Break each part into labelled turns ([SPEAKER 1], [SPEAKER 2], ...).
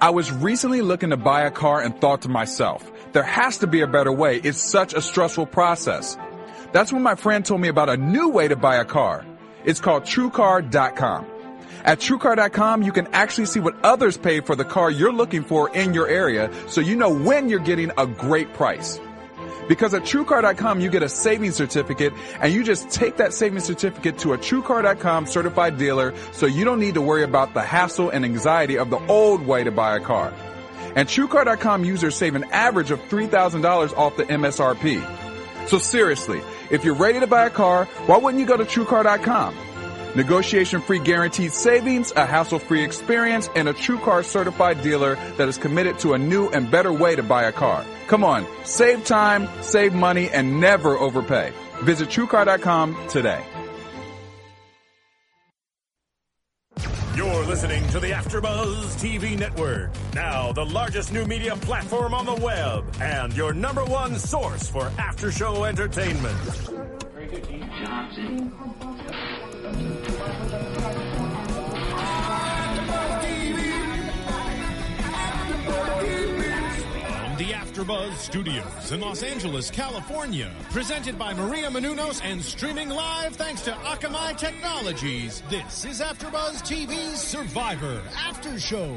[SPEAKER 1] I was recently looking to buy a car and thought to myself, there has to be a better way. It's such a stressful process. That's when my friend told me about a new way to buy a car. It's called TrueCar.com. At TrueCar.com, you can actually see what others pay for the car you're looking for in your area so you know when you're getting a great price. Because at TrueCar.com, you get a savings certificate and you just take that savings certificate to a TrueCar.com certified dealer so you don't need to worry about the hassle and anxiety of the old way to buy a car. And TrueCar.com users save an average of $3,000 off the MSRP. So seriously, if you're ready to buy a car, why wouldn't you go to TrueCar.com? Negotiation free guaranteed savings, a hassle free experience, and a TrueCar certified dealer that is committed to a new and better way to buy a car. Come on, save time, save money, and never overpay. Visit TrueCar.com today.
[SPEAKER 2] You're listening to the AfterBuzz TV Network, now the largest new media platform on the web, and your number one source for after-show entertainment.
[SPEAKER 3] From the AfterBuzz Studios in Los Angeles, California, presented by Maria Menounos and streaming live thanks to Akamai Technologies. This is AfterBuzz TV's Survivor After Show.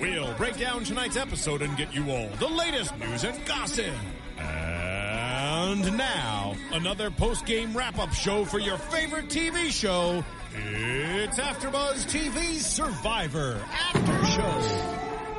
[SPEAKER 3] We'll break down tonight's episode and get you all the latest news and gossip. And now, another post-game wrap-up show for your favorite TV show. It's AfterBuzz TV's Survivor After Show.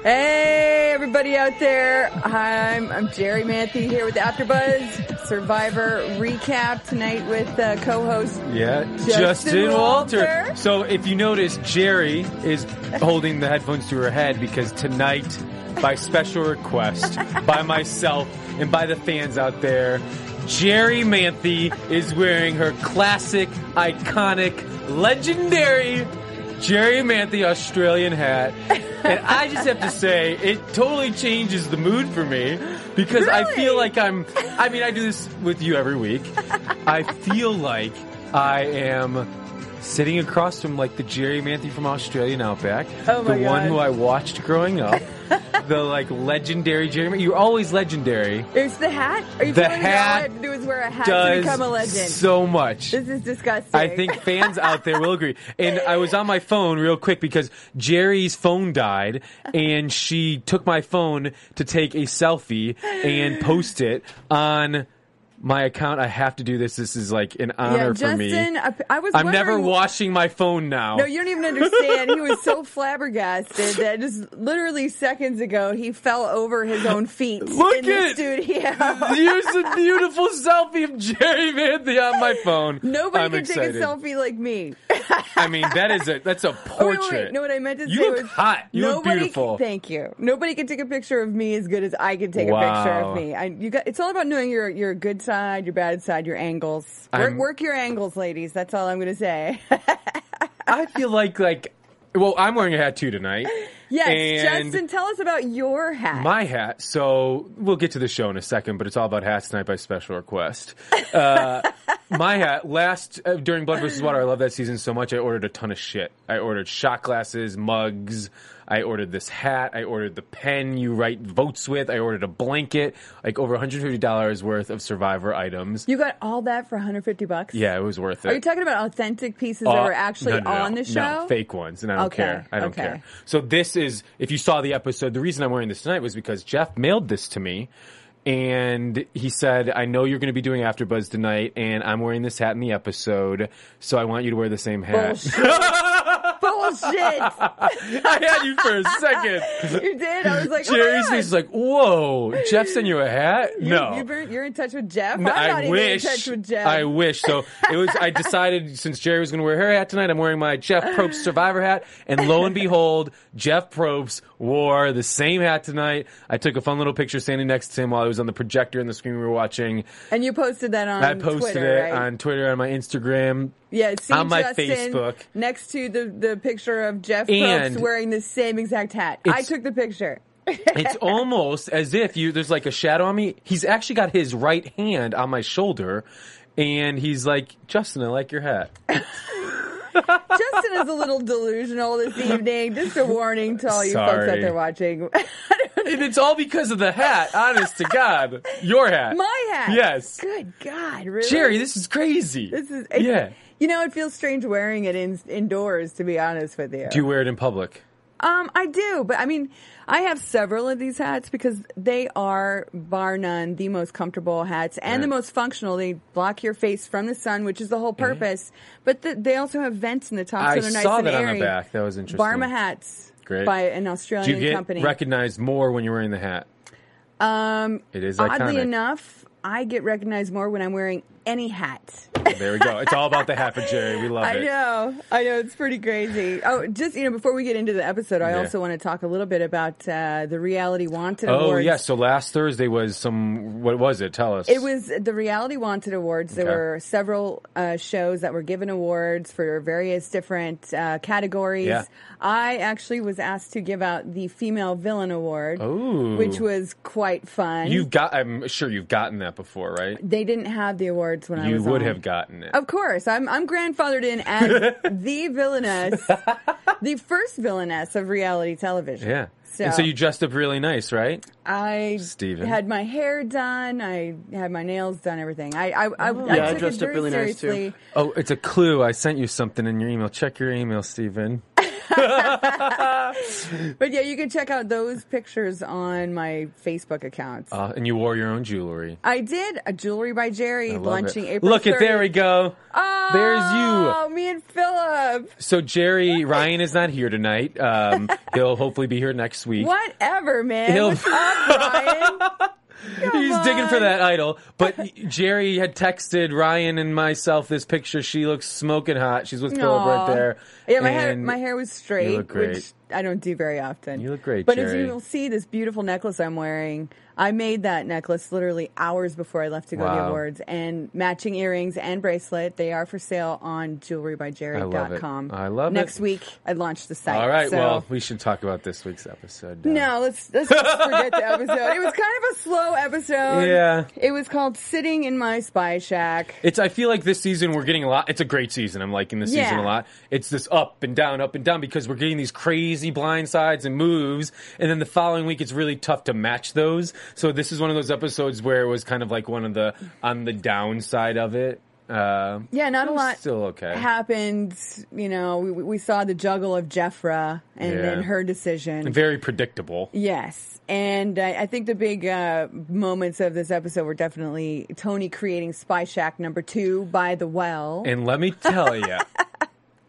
[SPEAKER 4] Hey, everybody out there. I'm, I'm Jerry Manthe here with AfterBuzz Survivor Recap tonight with uh, co-host.
[SPEAKER 5] Yeah,
[SPEAKER 4] Justin
[SPEAKER 5] Justin,
[SPEAKER 4] Walter.
[SPEAKER 5] Walter. So if you notice, Jerry is holding the headphones to her head because tonight, by special request, by myself and by the fans out there, Jerry Manthe is wearing her classic, iconic, legendary Jerry Manthe Australian hat. And I just have to say, it totally changes the mood for me because I feel
[SPEAKER 4] Really?
[SPEAKER 5] like like I'm. I mean, I do this with you every week. I feel like I am sitting across from like the Jerry Manthe from Australian Outback,
[SPEAKER 4] Oh my
[SPEAKER 5] the one
[SPEAKER 4] God.
[SPEAKER 5] who I watched growing up, the like legendary Jerry. Manthe. You're always legendary.
[SPEAKER 4] It's the hat. Are you
[SPEAKER 5] The
[SPEAKER 4] telling me all I
[SPEAKER 5] hat
[SPEAKER 4] have to do is wear a hat to
[SPEAKER 5] Does
[SPEAKER 4] become a legend?
[SPEAKER 5] so much.
[SPEAKER 4] this is disgusting.
[SPEAKER 5] I think fans out there will agree. And I was on my phone real quick because Jerry's phone died, and she took my phone to take a selfie and post it on my account. I have to do this. This is like an
[SPEAKER 4] yeah,
[SPEAKER 5] honor for
[SPEAKER 4] Justin,
[SPEAKER 5] me.
[SPEAKER 4] I, I was.
[SPEAKER 5] I'm never
[SPEAKER 4] wondering-
[SPEAKER 5] washing my phone now.
[SPEAKER 4] No, you don't even understand. He was so flabbergasted that just literally seconds ago he fell over his own feet
[SPEAKER 5] Look
[SPEAKER 4] in
[SPEAKER 5] at-
[SPEAKER 4] the studio.
[SPEAKER 5] Here's a beautiful selfie of Jerry Manthe on my phone.
[SPEAKER 4] Nobody
[SPEAKER 5] I'm
[SPEAKER 4] can
[SPEAKER 5] excited.
[SPEAKER 4] take a selfie like me.
[SPEAKER 5] I mean, that is a that's a
[SPEAKER 4] Oh, wait,
[SPEAKER 5] portrait.
[SPEAKER 4] wait, wait. No, what I meant to
[SPEAKER 5] you
[SPEAKER 4] say
[SPEAKER 5] look
[SPEAKER 4] was
[SPEAKER 5] hot. You look
[SPEAKER 4] nobody
[SPEAKER 5] beautiful.
[SPEAKER 4] Can, thank you. Nobody can take a picture of me as good as I can take a picture of
[SPEAKER 5] Wow.
[SPEAKER 4] me. I, you got. It's all about knowing your your good side, your bad side, your angles. Work,
[SPEAKER 5] I'm-
[SPEAKER 4] work your angles, ladies. That's all I'm going to say.
[SPEAKER 5] I feel like like well, I'm wearing a hat too tonight.
[SPEAKER 4] yes,
[SPEAKER 5] And-
[SPEAKER 4] Justin, tell us about your hat.
[SPEAKER 5] My hat. So we'll get to the show in a second, but it's all about hats tonight by special request. Uh, my hat. Last uh, during Blood versus Water, I love that season so much. I ordered a ton of shit. I ordered shot glasses, mugs. I ordered this hat. I ordered the pen you write votes with. I ordered a blanket. Like over 150 dollars worth of Survivor items.
[SPEAKER 4] you got all that for 150 bucks.
[SPEAKER 5] yeah, it was worth it.
[SPEAKER 4] Are you talking about authentic pieces that
[SPEAKER 5] Uh,
[SPEAKER 4] were actually
[SPEAKER 5] no, no, no.
[SPEAKER 4] on the show?
[SPEAKER 5] No, fake ones, and I don't
[SPEAKER 4] Okay,
[SPEAKER 5] care. I don't
[SPEAKER 4] okay.
[SPEAKER 5] care. So this is, if you saw the episode, the reason I'm wearing this tonight was because Jeff mailed this to me, and he said, "I know you're going to be doing AfterBuzz tonight, and I'm wearing this hat in the episode, so I want you to wear the same hat."
[SPEAKER 4] Bullshit. Bullshit. Bullshit.
[SPEAKER 5] I had you for a second.
[SPEAKER 4] You did. I was like, oh my
[SPEAKER 5] Jerry's
[SPEAKER 4] God.
[SPEAKER 5] face is like, whoa, Jeff sent you a hat? no.
[SPEAKER 4] You, you're, you're in touch with Jeff.
[SPEAKER 5] No,
[SPEAKER 4] I'm not
[SPEAKER 5] I
[SPEAKER 4] even
[SPEAKER 5] wish.
[SPEAKER 4] in touch with Jeff.
[SPEAKER 5] I wish. So it was. I decided since Jerry was going to wear her hat tonight, I'm wearing my Jeff Probst Survivor hat. And lo and behold, Jeff Probst wore the same hat tonight. I took a fun little picture standing next to him while I was on the projector in the screen we were watching.
[SPEAKER 4] and you posted that on
[SPEAKER 5] I posted
[SPEAKER 4] Twitter,
[SPEAKER 5] it
[SPEAKER 4] right?
[SPEAKER 5] on Twitter, on my Instagram.
[SPEAKER 4] yeah, see
[SPEAKER 5] on my
[SPEAKER 4] Justin
[SPEAKER 5] Facebook.
[SPEAKER 4] next to the, the picture of Jeff
[SPEAKER 5] And-
[SPEAKER 4] Probst wearing the same exact hat. I
[SPEAKER 5] It's-
[SPEAKER 4] took the picture.
[SPEAKER 5] It's almost as if you there's like a shadow on me. He's actually got his right hand on my shoulder, and he's like, Justin, I like your hat.
[SPEAKER 4] Justin is a little delusional this evening. Just a warning to all you folks out
[SPEAKER 5] Sorry.
[SPEAKER 4] there watching.
[SPEAKER 5] And it's all because of the hat, honest to God. Your hat.
[SPEAKER 4] My hat.
[SPEAKER 5] Yes.
[SPEAKER 4] Good God, really?
[SPEAKER 5] Jerry, this is crazy.
[SPEAKER 4] This is it,
[SPEAKER 5] yeah.
[SPEAKER 4] You know, it feels strange wearing it in, indoors. To be honest with you,
[SPEAKER 5] Do you wear it in public?
[SPEAKER 4] um, I do, but I mean, I have several of these hats because they are bar none the most comfortable hats and the
[SPEAKER 5] Right.
[SPEAKER 4] most functional. They block your face from the sun, which is the whole purpose. But the, they also have vents in the top,
[SPEAKER 5] I
[SPEAKER 4] so they're nice
[SPEAKER 5] saw
[SPEAKER 4] and
[SPEAKER 5] that on the
[SPEAKER 4] airy.
[SPEAKER 5] back. That was interesting.
[SPEAKER 4] Barma hats,
[SPEAKER 5] Great.
[SPEAKER 4] by an
[SPEAKER 5] Do you
[SPEAKER 4] Australian
[SPEAKER 5] get
[SPEAKER 4] company.
[SPEAKER 5] recognized more when you're wearing the hat? Um, it is iconic.
[SPEAKER 4] Oddly enough, I get recognized more when I'm wearing any hat.
[SPEAKER 5] there we go. It's all about the hat for Jerry. We love
[SPEAKER 4] I
[SPEAKER 5] it.
[SPEAKER 4] know. I know. It's pretty crazy. Oh, just, you know, before we get into the episode, I
[SPEAKER 5] Yeah.
[SPEAKER 4] also want to talk a little bit about uh, the Reality Wanted
[SPEAKER 5] Oh
[SPEAKER 4] Awards.
[SPEAKER 5] yeah. So last Thursday was some. What was it? Tell us.
[SPEAKER 4] It was the Reality Wanted Awards. There
[SPEAKER 5] Okay.
[SPEAKER 4] were several uh, shows that were given awards for various different uh, categories.
[SPEAKER 5] Yeah.
[SPEAKER 4] I actually was asked to give out the Female Villain Award,
[SPEAKER 5] Ooh.
[SPEAKER 4] which was quite fun.
[SPEAKER 5] You've got. I'm sure you've gotten that before, right?
[SPEAKER 4] they didn't have the awards when I
[SPEAKER 5] You
[SPEAKER 4] was
[SPEAKER 5] would
[SPEAKER 4] on. Oh,
[SPEAKER 5] have gotten it.
[SPEAKER 4] Of course, I'm I'm grandfathered in as the villainess, the first villainess of reality television.
[SPEAKER 5] Yeah.
[SPEAKER 4] So,
[SPEAKER 5] And so you dressed up really nice, right?
[SPEAKER 4] I
[SPEAKER 5] Steven.
[SPEAKER 4] had my hair done. I had my nails done. Everything. I I, I,
[SPEAKER 6] Oh. Yeah, I
[SPEAKER 4] took
[SPEAKER 6] dressed
[SPEAKER 4] it
[SPEAKER 6] up
[SPEAKER 4] very
[SPEAKER 6] really nice, too.
[SPEAKER 4] seriously.
[SPEAKER 5] Oh, it's a clue. I sent you something in your email. Check your email, Steven.
[SPEAKER 4] But yeah, you can check out those pictures on my Facebook accounts.
[SPEAKER 5] Uh, and you wore your own jewelry.
[SPEAKER 4] I did a jewelry by Jerry
[SPEAKER 5] I love
[SPEAKER 4] launching
[SPEAKER 5] it.
[SPEAKER 4] April.
[SPEAKER 5] Look at
[SPEAKER 4] 30.
[SPEAKER 5] there we go.
[SPEAKER 4] Oh,
[SPEAKER 5] There's
[SPEAKER 4] you. me and Philip.
[SPEAKER 5] So Jerry Ryan is not here tonight. Um, he'll hopefully be here next week.
[SPEAKER 4] Whatever, man.
[SPEAKER 5] He'll-
[SPEAKER 4] What's up, Brian?
[SPEAKER 5] He's
[SPEAKER 4] Come
[SPEAKER 5] digging for
[SPEAKER 4] on.
[SPEAKER 5] that idol. But Jerry had texted Ryan and myself this picture. She looks smoking hot. She's with Philip
[SPEAKER 4] Aw.
[SPEAKER 5] right there.
[SPEAKER 4] Yeah, my hair
[SPEAKER 5] And
[SPEAKER 4] my hair was straight,
[SPEAKER 5] look great.
[SPEAKER 4] which I don't do very often.
[SPEAKER 5] You look great,
[SPEAKER 4] But if
[SPEAKER 5] Jerry.
[SPEAKER 4] you'll see this beautiful necklace I'm wearing, I made that necklace literally hours before I left to go to the
[SPEAKER 5] Wow.
[SPEAKER 4] awards. And matching earrings and bracelet, they are for sale on jewelrybyjerry.com.
[SPEAKER 5] I love it. I love it.
[SPEAKER 4] Next week, I launch the site.
[SPEAKER 5] All right.
[SPEAKER 4] so-
[SPEAKER 5] Well, we should talk about this week's episode. now.
[SPEAKER 4] no, let's let's just forget the episode. It was kind of a slow episode.
[SPEAKER 5] Yeah.
[SPEAKER 4] It was called "Sitting in My Spy Shack."
[SPEAKER 5] It's. I feel like this season we're getting a lot. It's a great season. I'm liking this season
[SPEAKER 4] Yeah.
[SPEAKER 5] a lot. It's this up and down, up and down because we're getting these crazy blind sides and moves, and then the following week it's really tough to match those. So this is one of those episodes where it was kind of like one of the on the downside of it. Uh,
[SPEAKER 4] Yeah, not a
[SPEAKER 5] it was
[SPEAKER 4] lot
[SPEAKER 5] Still okay.
[SPEAKER 4] happened. You know, we, we saw the juggle of Jeffra and
[SPEAKER 5] Yeah.
[SPEAKER 4] then her decision.
[SPEAKER 5] Very predictable.
[SPEAKER 4] yes. And I, I think the big uh, moments of this episode were definitely Tony creating Spy Shack number two by the well.
[SPEAKER 5] And let me tell you,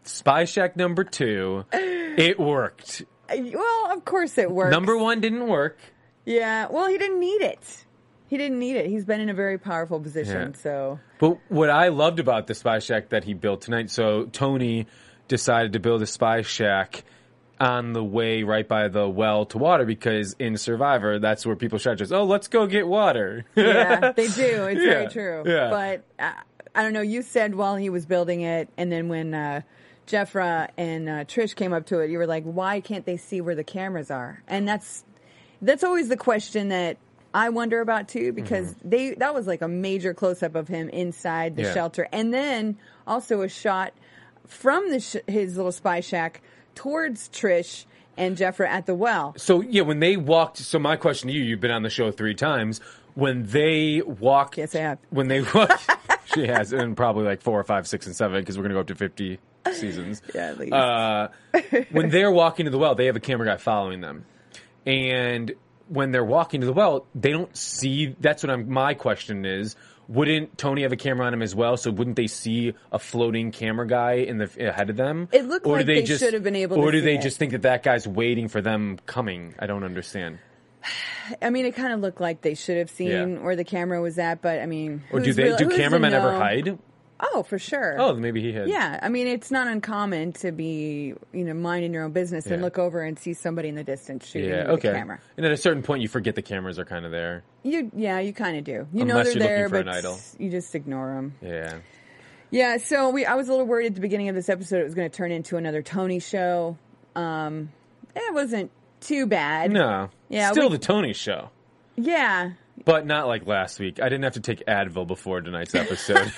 [SPEAKER 5] Spy Shack number two, it worked.
[SPEAKER 4] Uh, well, of course it worked.
[SPEAKER 5] Number one didn't work.
[SPEAKER 4] yeah. Well, he didn't need it. He didn't need it. He's been in a very powerful position.
[SPEAKER 5] Yeah.
[SPEAKER 4] So,
[SPEAKER 5] But what I loved about the spy shack that he built tonight, so Tony decided to build a spy shack on the way right by the well to water because in Survivor, that's where people shout just, "Oh, let's go get water."
[SPEAKER 4] yeah, they do. It's very
[SPEAKER 5] Yeah,
[SPEAKER 4] true.
[SPEAKER 5] yeah.
[SPEAKER 4] But uh, I don't know. You said while he was building it, and then when uh, Jeffra and uh, Trish came up to it, you were like, "Why can't they see where the cameras are?" And that's that's always the question that I wonder about too, because they that was like a major close up of him inside the
[SPEAKER 5] Mm-hmm. Yeah.
[SPEAKER 4] shelter, and then also a shot from the sh- his little spy shack towards Trish and Jeffra at the well.
[SPEAKER 5] so yeah, when they walked, so my question to you, you've been on the show three times. When they walked,
[SPEAKER 4] Yes, I have.
[SPEAKER 5] When they walked, she has, and probably like four or five, six, and seven because we're gonna go up to fifty seasons.
[SPEAKER 4] Yeah, at least.
[SPEAKER 5] Uh, when they're walking to the well, they have a camera guy following them. And when they're walking to the well, they don't see. That's what I'm. My question is, wouldn't Tony have a camera on him as well? So wouldn't they see a floating camera guy in the ahead of them?
[SPEAKER 4] It looked
[SPEAKER 5] or do
[SPEAKER 4] like they should have been able to
[SPEAKER 5] Or do
[SPEAKER 4] see
[SPEAKER 5] they
[SPEAKER 4] it.
[SPEAKER 5] just think that that guy's waiting for them coming? I don't understand.
[SPEAKER 4] I mean, it kind of looked like they should have seen
[SPEAKER 5] Yeah.
[SPEAKER 4] where the camera was at, but I mean,
[SPEAKER 5] Or do
[SPEAKER 4] who's
[SPEAKER 5] they?
[SPEAKER 4] real-
[SPEAKER 5] do
[SPEAKER 4] who's to
[SPEAKER 5] cameramen ever
[SPEAKER 4] know?
[SPEAKER 5] hide?
[SPEAKER 4] Oh, for sure.
[SPEAKER 5] Oh, then maybe he hid.
[SPEAKER 4] Yeah, I mean, it's not uncommon to be, you know, minding your own business and
[SPEAKER 5] Yeah.
[SPEAKER 4] look over and see somebody in the distance shooting
[SPEAKER 5] Yeah.
[SPEAKER 4] with
[SPEAKER 5] Okay.
[SPEAKER 4] a camera.
[SPEAKER 5] And at a certain point, you forget the cameras are kind of there.
[SPEAKER 4] You, yeah, you kind of do. You know
[SPEAKER 5] Unless
[SPEAKER 4] they're
[SPEAKER 5] you're
[SPEAKER 4] there,
[SPEAKER 5] looking for
[SPEAKER 4] but
[SPEAKER 5] an idol.
[SPEAKER 4] you just ignore them.
[SPEAKER 5] Yeah.
[SPEAKER 4] Yeah, so we I was a little worried at the beginning of this episode it was going to turn into another Tony show. Um, it wasn't too bad.
[SPEAKER 5] No.
[SPEAKER 4] Yeah,
[SPEAKER 5] Still
[SPEAKER 4] we-
[SPEAKER 5] the Tony show.
[SPEAKER 4] Yeah.
[SPEAKER 5] But not like last week. I didn't have to take Advil before tonight's episode.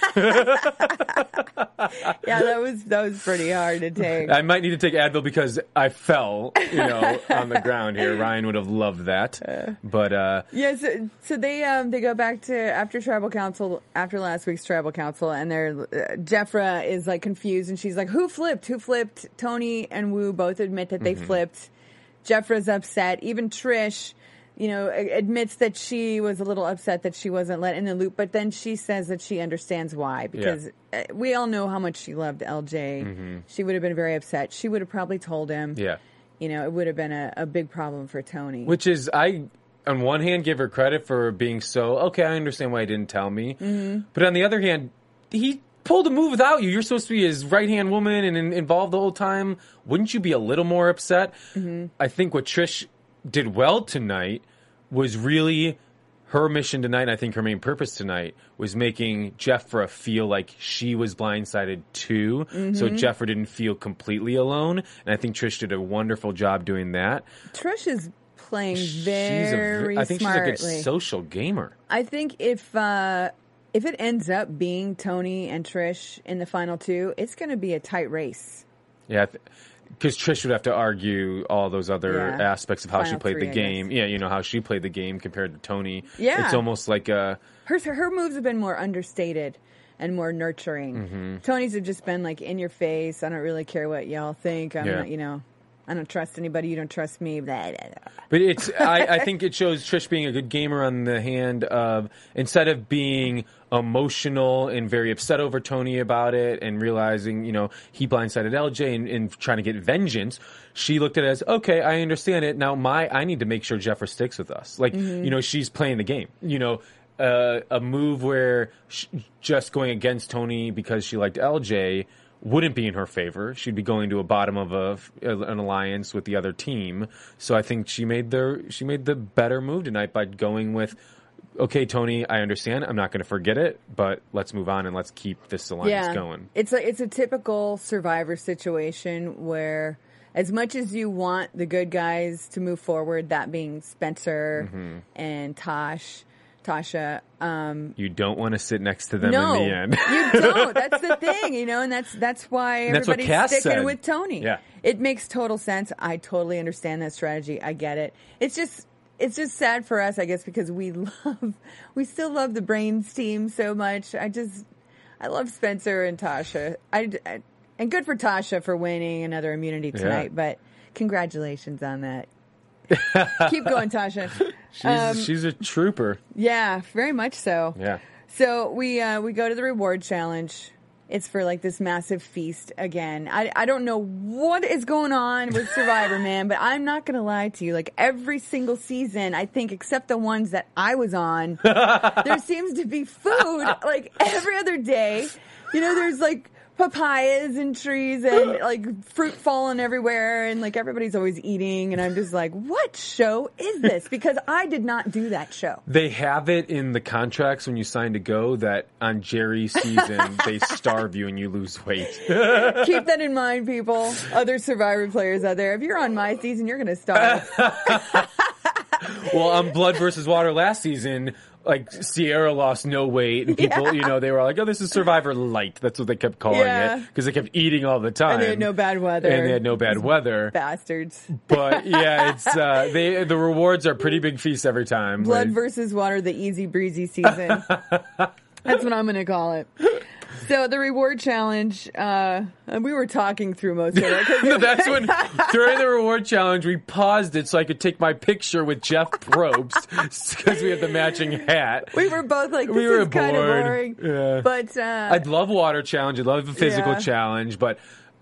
[SPEAKER 4] Yeah, that was that was pretty hard to take.
[SPEAKER 5] I might need to take Advil because I fell, you know, on the ground here. Ryan would have loved that. But uh
[SPEAKER 4] Yeah, so, so they um, they go back to after tribal council after last week's tribal council, and they're uh, Jeffra is like confused, and she's like, "Who flipped? Who flipped?" Tony and Wu both admit that they flipped. Jeffra's upset. Even Trish, you know, a- admits that she was a little upset that she wasn't let in the loop, but then she says that she understands why because uh we all know how much she loved LJ. She would have been very upset. She would have probably told him.
[SPEAKER 5] yeah.
[SPEAKER 4] You know, it would have been a, a big problem for Tony.
[SPEAKER 5] Which is I on one hand give her credit for being so okay, I understand why he didn't tell me. But on the other hand, he pulled a move without you. You're supposed to be his right hand woman and in, involved the whole time. Wouldn't you be a little more upset? I think what Trish did well tonight was really her mission tonight, and I think her main purpose tonight was making Jeffra feel like she was blindsided too. So Jeffra didn't feel completely alone. And I think Trish did a wonderful job doing that.
[SPEAKER 4] Trish is playing
[SPEAKER 5] she's a ver-
[SPEAKER 4] very
[SPEAKER 5] I think
[SPEAKER 4] smartly.
[SPEAKER 5] she's a good social gamer.
[SPEAKER 4] I think if uh, if it ends up being Tony and Trish in the final two, it's going to be a tight race.
[SPEAKER 5] Yeah, because Trish would have to argue all those other
[SPEAKER 4] Yeah.
[SPEAKER 5] aspects of how she
[SPEAKER 4] Final
[SPEAKER 5] played
[SPEAKER 4] three,
[SPEAKER 5] the
[SPEAKER 4] I
[SPEAKER 5] game.
[SPEAKER 4] guess.
[SPEAKER 5] Yeah, you know how she played the game compared to Tony.
[SPEAKER 4] Yeah.
[SPEAKER 5] it's almost like a
[SPEAKER 4] Her her moves have been more understated and more nurturing.
[SPEAKER 5] Mm-hmm.
[SPEAKER 4] Tony's have just been like in your face. I don't really care what y'all think. I'm
[SPEAKER 5] Yeah.
[SPEAKER 4] not, you know, I don't trust anybody. You don't trust me. Blah, blah, blah.
[SPEAKER 5] But it's I, I think it shows Trish being a good gamer on the hand of instead of being emotional and very upset over Tony about it and realizing, you know, he blindsided LJ and, and trying to get vengeance, she looked at it as, okay, I understand it. Now my I need to make sure Jeffra sticks with us. Like, you know, she's playing the game. You know, uh, a move where sh just going against Tony because she liked LJ wouldn't be in her favor. She'd be going to a bottom of a, an alliance with the other team. So I think she made the she made the better move tonight by going with, okay, Tony, I understand. I'm not going to forget it, but let's move on and let's keep this alliance going.
[SPEAKER 4] It's a, it's a typical survivor situation where as much as you want the good guys to move forward, that being Spencer and Tosh, Tasha, um,
[SPEAKER 5] You don't want to sit next to them
[SPEAKER 4] no,
[SPEAKER 5] in the end.
[SPEAKER 4] you don't. That's the thing, you know, and that's that's why
[SPEAKER 5] that's what
[SPEAKER 4] everybody's
[SPEAKER 5] Cass
[SPEAKER 4] sticking
[SPEAKER 5] said.
[SPEAKER 4] with Tony.
[SPEAKER 5] Yeah.
[SPEAKER 4] It makes total sense. I totally understand that strategy. I get it. It's just it's just sad for us, I guess, because we love we still love the brains team so much. I just I love Spencer and Tasha. I, I- and good for Tasha for winning another immunity tonight, but congratulations on that. Keep going, Tasha.
[SPEAKER 5] she's,
[SPEAKER 4] Um,
[SPEAKER 5] she's a trooper.
[SPEAKER 4] Yeah, very much so.
[SPEAKER 5] Yeah.
[SPEAKER 4] So we uh, we go to the reward challenge. It's for like this massive feast again. I I don't know what is going on with Survivor, man, but I'm not gonna lie to you. Like every single season, I think except the ones that I was on, there seems to be food like every other day. You know, there's like papayas and trees and like fruit falling everywhere and like everybody's always eating and I'm just like, what show is this? Because I did not do that show.
[SPEAKER 5] They have it in the contracts when you sign to go that on Jerry's season they starve you and you lose weight.
[SPEAKER 4] Keep that in mind, people. Other Survivor players out there, if you're on my season, you're gonna starve.
[SPEAKER 5] Well, on Blood versus Water last season, like Sierra lost no weight, and people, you know, they were like, "Oh, this is Survivor light." That's what they kept calling
[SPEAKER 4] Yeah.
[SPEAKER 5] it because they kept eating all the time.
[SPEAKER 4] And they had no bad weather.
[SPEAKER 5] And they had no bad weather.
[SPEAKER 4] Bastards.
[SPEAKER 5] But yeah, it's uh, they the rewards are pretty big feasts every time.
[SPEAKER 4] Blood
[SPEAKER 5] Like,
[SPEAKER 4] versus water, the easy breezy season. That's what I'm gonna call it. So the reward challenge, uh, we were talking through most of it. 'cause
[SPEAKER 5] No, that's when during the reward challenge we paused it so I could take my picture with Jeff Probst because we have the matching hat.
[SPEAKER 4] we were both like, this
[SPEAKER 5] We were
[SPEAKER 4] is kind of
[SPEAKER 5] bored.
[SPEAKER 4] boring.
[SPEAKER 5] Yeah.
[SPEAKER 4] But uh,
[SPEAKER 5] I'd love water challenge. I'd love the physical
[SPEAKER 4] Yeah.
[SPEAKER 5] challenge, but th-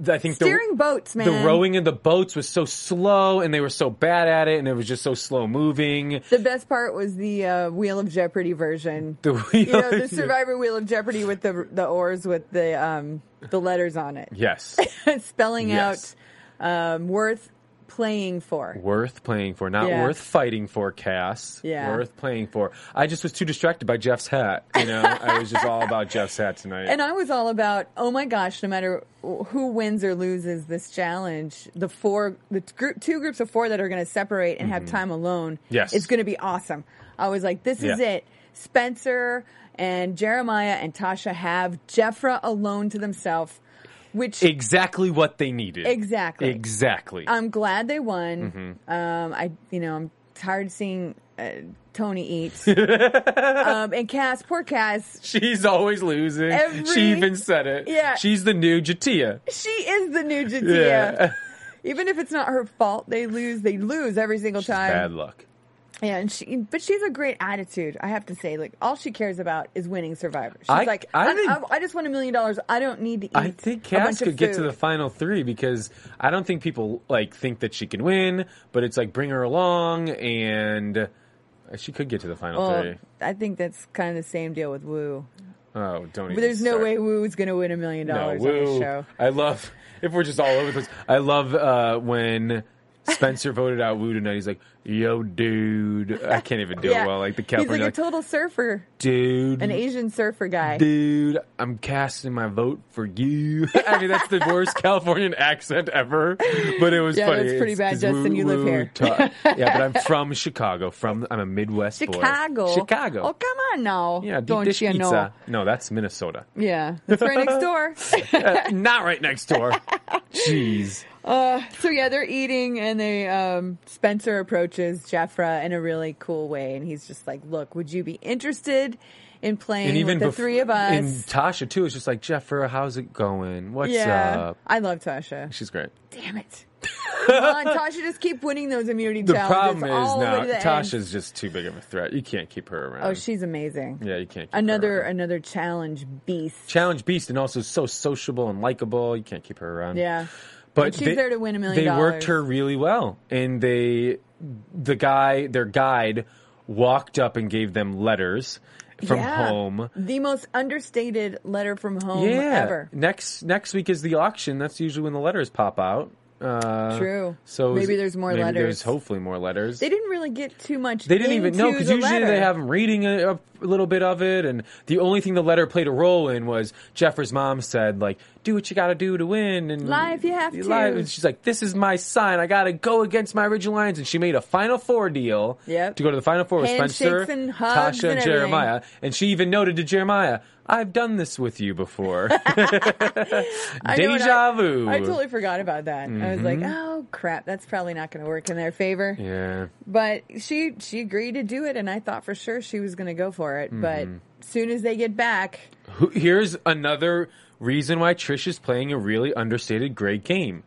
[SPEAKER 5] I think
[SPEAKER 4] steering
[SPEAKER 5] the,
[SPEAKER 4] boats, man.
[SPEAKER 5] the rowing in the boats was so slow, and they were so bad at it, and it was just so slow moving.
[SPEAKER 4] The best part was the uh, Wheel of Jeopardy version.
[SPEAKER 5] The wheel
[SPEAKER 4] you know, the
[SPEAKER 5] of-
[SPEAKER 4] Survivor Wheel of Jeopardy with the the oars with the um, the letters on it,
[SPEAKER 5] Yes,
[SPEAKER 4] spelling
[SPEAKER 5] Yes.
[SPEAKER 4] out um, worth playing for.
[SPEAKER 5] worth playing for, not
[SPEAKER 4] Yeah.
[SPEAKER 5] worth fighting for. Cass,
[SPEAKER 4] Yeah.
[SPEAKER 5] worth playing for. I just was too distracted by Jeff's hat. You know, I was just all about Jeff's hat tonight.
[SPEAKER 4] And I was all about, oh my gosh, no matter who wins or loses this challenge, the four, the t- group, two groups of four that are going to separate and have time alone,
[SPEAKER 5] Mm-hmm. Yes.
[SPEAKER 4] it's going to be awesome. I was like, this is
[SPEAKER 5] Yeah.
[SPEAKER 4] it. Spencer and Jeremiah and Tasha have Jeffra alone to themselves, which
[SPEAKER 5] exactly what they needed.
[SPEAKER 4] Exactly.
[SPEAKER 5] Exactly.
[SPEAKER 4] I'm glad they won.
[SPEAKER 5] Mm-hmm.
[SPEAKER 4] Um, I, you know, I'm tired of seeing uh, Tony eat. um, and Cass, poor Cass,
[SPEAKER 5] She's always losing.
[SPEAKER 4] Every-
[SPEAKER 5] she even said it.
[SPEAKER 4] Yeah.
[SPEAKER 5] She's the new Jatia.
[SPEAKER 4] she is the new Judea.
[SPEAKER 5] Yeah.
[SPEAKER 4] Even if it's not her fault, they lose. They lose every single time.
[SPEAKER 5] Bad luck.
[SPEAKER 4] Yeah, and she, but she's a great attitude. I have to say, like all she cares about is winning Survivor. She's
[SPEAKER 5] I-
[SPEAKER 4] like,
[SPEAKER 5] I
[SPEAKER 4] I,
[SPEAKER 5] think-
[SPEAKER 4] I, I just won a million dollars. I don't need to eat.
[SPEAKER 5] I think
[SPEAKER 4] a
[SPEAKER 5] Cass
[SPEAKER 4] bunch of
[SPEAKER 5] could get to
[SPEAKER 4] food."
[SPEAKER 5] the final three because I don't think people like think that she can win, but it's like bring her along and she could get to the final
[SPEAKER 4] Well,
[SPEAKER 5] three.
[SPEAKER 4] I think that's kind of the same deal with Woo.
[SPEAKER 5] Oh, don't even.
[SPEAKER 4] But there's no
[SPEAKER 5] start.
[SPEAKER 4] way Woo's going to win a million
[SPEAKER 5] No,
[SPEAKER 4] dollars on
[SPEAKER 5] woo.
[SPEAKER 4] the show.
[SPEAKER 5] I love if we're just all over the place. I love uh, when Spencer voted out Woo tonight. He's like, "Yo, dude, I can't even do it well." Like the
[SPEAKER 4] He's like
[SPEAKER 5] California,
[SPEAKER 4] a total surfer,
[SPEAKER 5] dude,
[SPEAKER 4] an Asian surfer guy.
[SPEAKER 5] dude, I'm casting my vote for you. I mean, that's the worst Californian accent ever, but it was
[SPEAKER 4] Yeah,
[SPEAKER 5] funny.
[SPEAKER 4] that's pretty bad,
[SPEAKER 5] it's
[SPEAKER 4] Justin, you live here.
[SPEAKER 5] ta- yeah, but I'm from Chicago. From I'm a Midwest
[SPEAKER 4] Chicago.
[SPEAKER 5] boy. Chicago.
[SPEAKER 4] Oh, come on now.
[SPEAKER 5] Yeah, deep
[SPEAKER 4] don't
[SPEAKER 5] dish
[SPEAKER 4] you know?
[SPEAKER 5] pizza. No, that's Minnesota.
[SPEAKER 4] Yeah, it's right next door.
[SPEAKER 5] Uh, not right next door. Jeez.
[SPEAKER 4] Uh, so yeah, they're eating, and they um, Spencer approaches Jeffra in a really cool way, and he's just like, "Look, would you be interested in playing with the
[SPEAKER 5] bef-
[SPEAKER 4] three of us?"
[SPEAKER 5] And Tasha too is just like Jeff Farrow, how's it going? What's
[SPEAKER 4] yeah,
[SPEAKER 5] up?
[SPEAKER 4] I love Tasha.
[SPEAKER 5] She's great.
[SPEAKER 4] Damn it. Come on, Tasha, just keep winning those immunity
[SPEAKER 5] The
[SPEAKER 4] challenges.
[SPEAKER 5] problem is
[SPEAKER 4] all the way
[SPEAKER 5] now
[SPEAKER 4] to the end.
[SPEAKER 5] Tasha's just too big of a threat. You can't keep her around.
[SPEAKER 4] Oh, she's amazing.
[SPEAKER 5] yeah, you can't. Keep her
[SPEAKER 4] Another
[SPEAKER 5] around.
[SPEAKER 4] another challenge beast.
[SPEAKER 5] challenge beast, and also so sociable and likable. You can't keep her around.
[SPEAKER 4] Yeah.
[SPEAKER 5] but
[SPEAKER 4] She's there to win a million
[SPEAKER 5] They worked
[SPEAKER 4] dollars.
[SPEAKER 5] her really well, and they, the guy, their guide, walked up and gave them letters from
[SPEAKER 4] Yeah.
[SPEAKER 5] home.
[SPEAKER 4] The most understated letter from home
[SPEAKER 5] Yeah.
[SPEAKER 4] ever.
[SPEAKER 5] Next next week is the auction. That's usually when the letters pop out. Uh,
[SPEAKER 4] True.
[SPEAKER 5] So
[SPEAKER 4] Maybe
[SPEAKER 5] is-
[SPEAKER 4] there's more
[SPEAKER 5] maybe
[SPEAKER 4] letters.
[SPEAKER 5] There's hopefully more letters.
[SPEAKER 4] They didn't really get too much.
[SPEAKER 5] They didn't even know
[SPEAKER 4] into
[SPEAKER 5] because
[SPEAKER 4] the
[SPEAKER 5] usually
[SPEAKER 4] letter.
[SPEAKER 5] they have them reading a, a little bit of it, and the only thing the letter played a role in was Jeffrey's mom said like, "Do what you got to do to win," and
[SPEAKER 4] Lie if you have
[SPEAKER 5] You
[SPEAKER 4] to.
[SPEAKER 5] lie. And she's like, "This is my sign. I got to go against my original lines," and she made a Final Four deal
[SPEAKER 4] Yep.
[SPEAKER 5] to go to the Final Four with
[SPEAKER 4] Handshakes
[SPEAKER 5] Spencer,
[SPEAKER 4] and hugs
[SPEAKER 5] Tasha, and,
[SPEAKER 4] and everything.
[SPEAKER 5] Jeremiah, and she even noted to Jeremiah, "I've done this with you before."
[SPEAKER 4] I know, and
[SPEAKER 5] Deja
[SPEAKER 4] I-
[SPEAKER 5] vu.
[SPEAKER 4] I totally forgot about that. I was like, oh crap, that's probably not going to work in their favor.
[SPEAKER 5] Mm-hmm. yeah.
[SPEAKER 4] But she she agreed to do it, and I thought for sure she was going to go for it. But
[SPEAKER 5] Mm-hmm.
[SPEAKER 4] soon as they get back,
[SPEAKER 5] Who- Here's another reason why Trish is playing a really understated great game.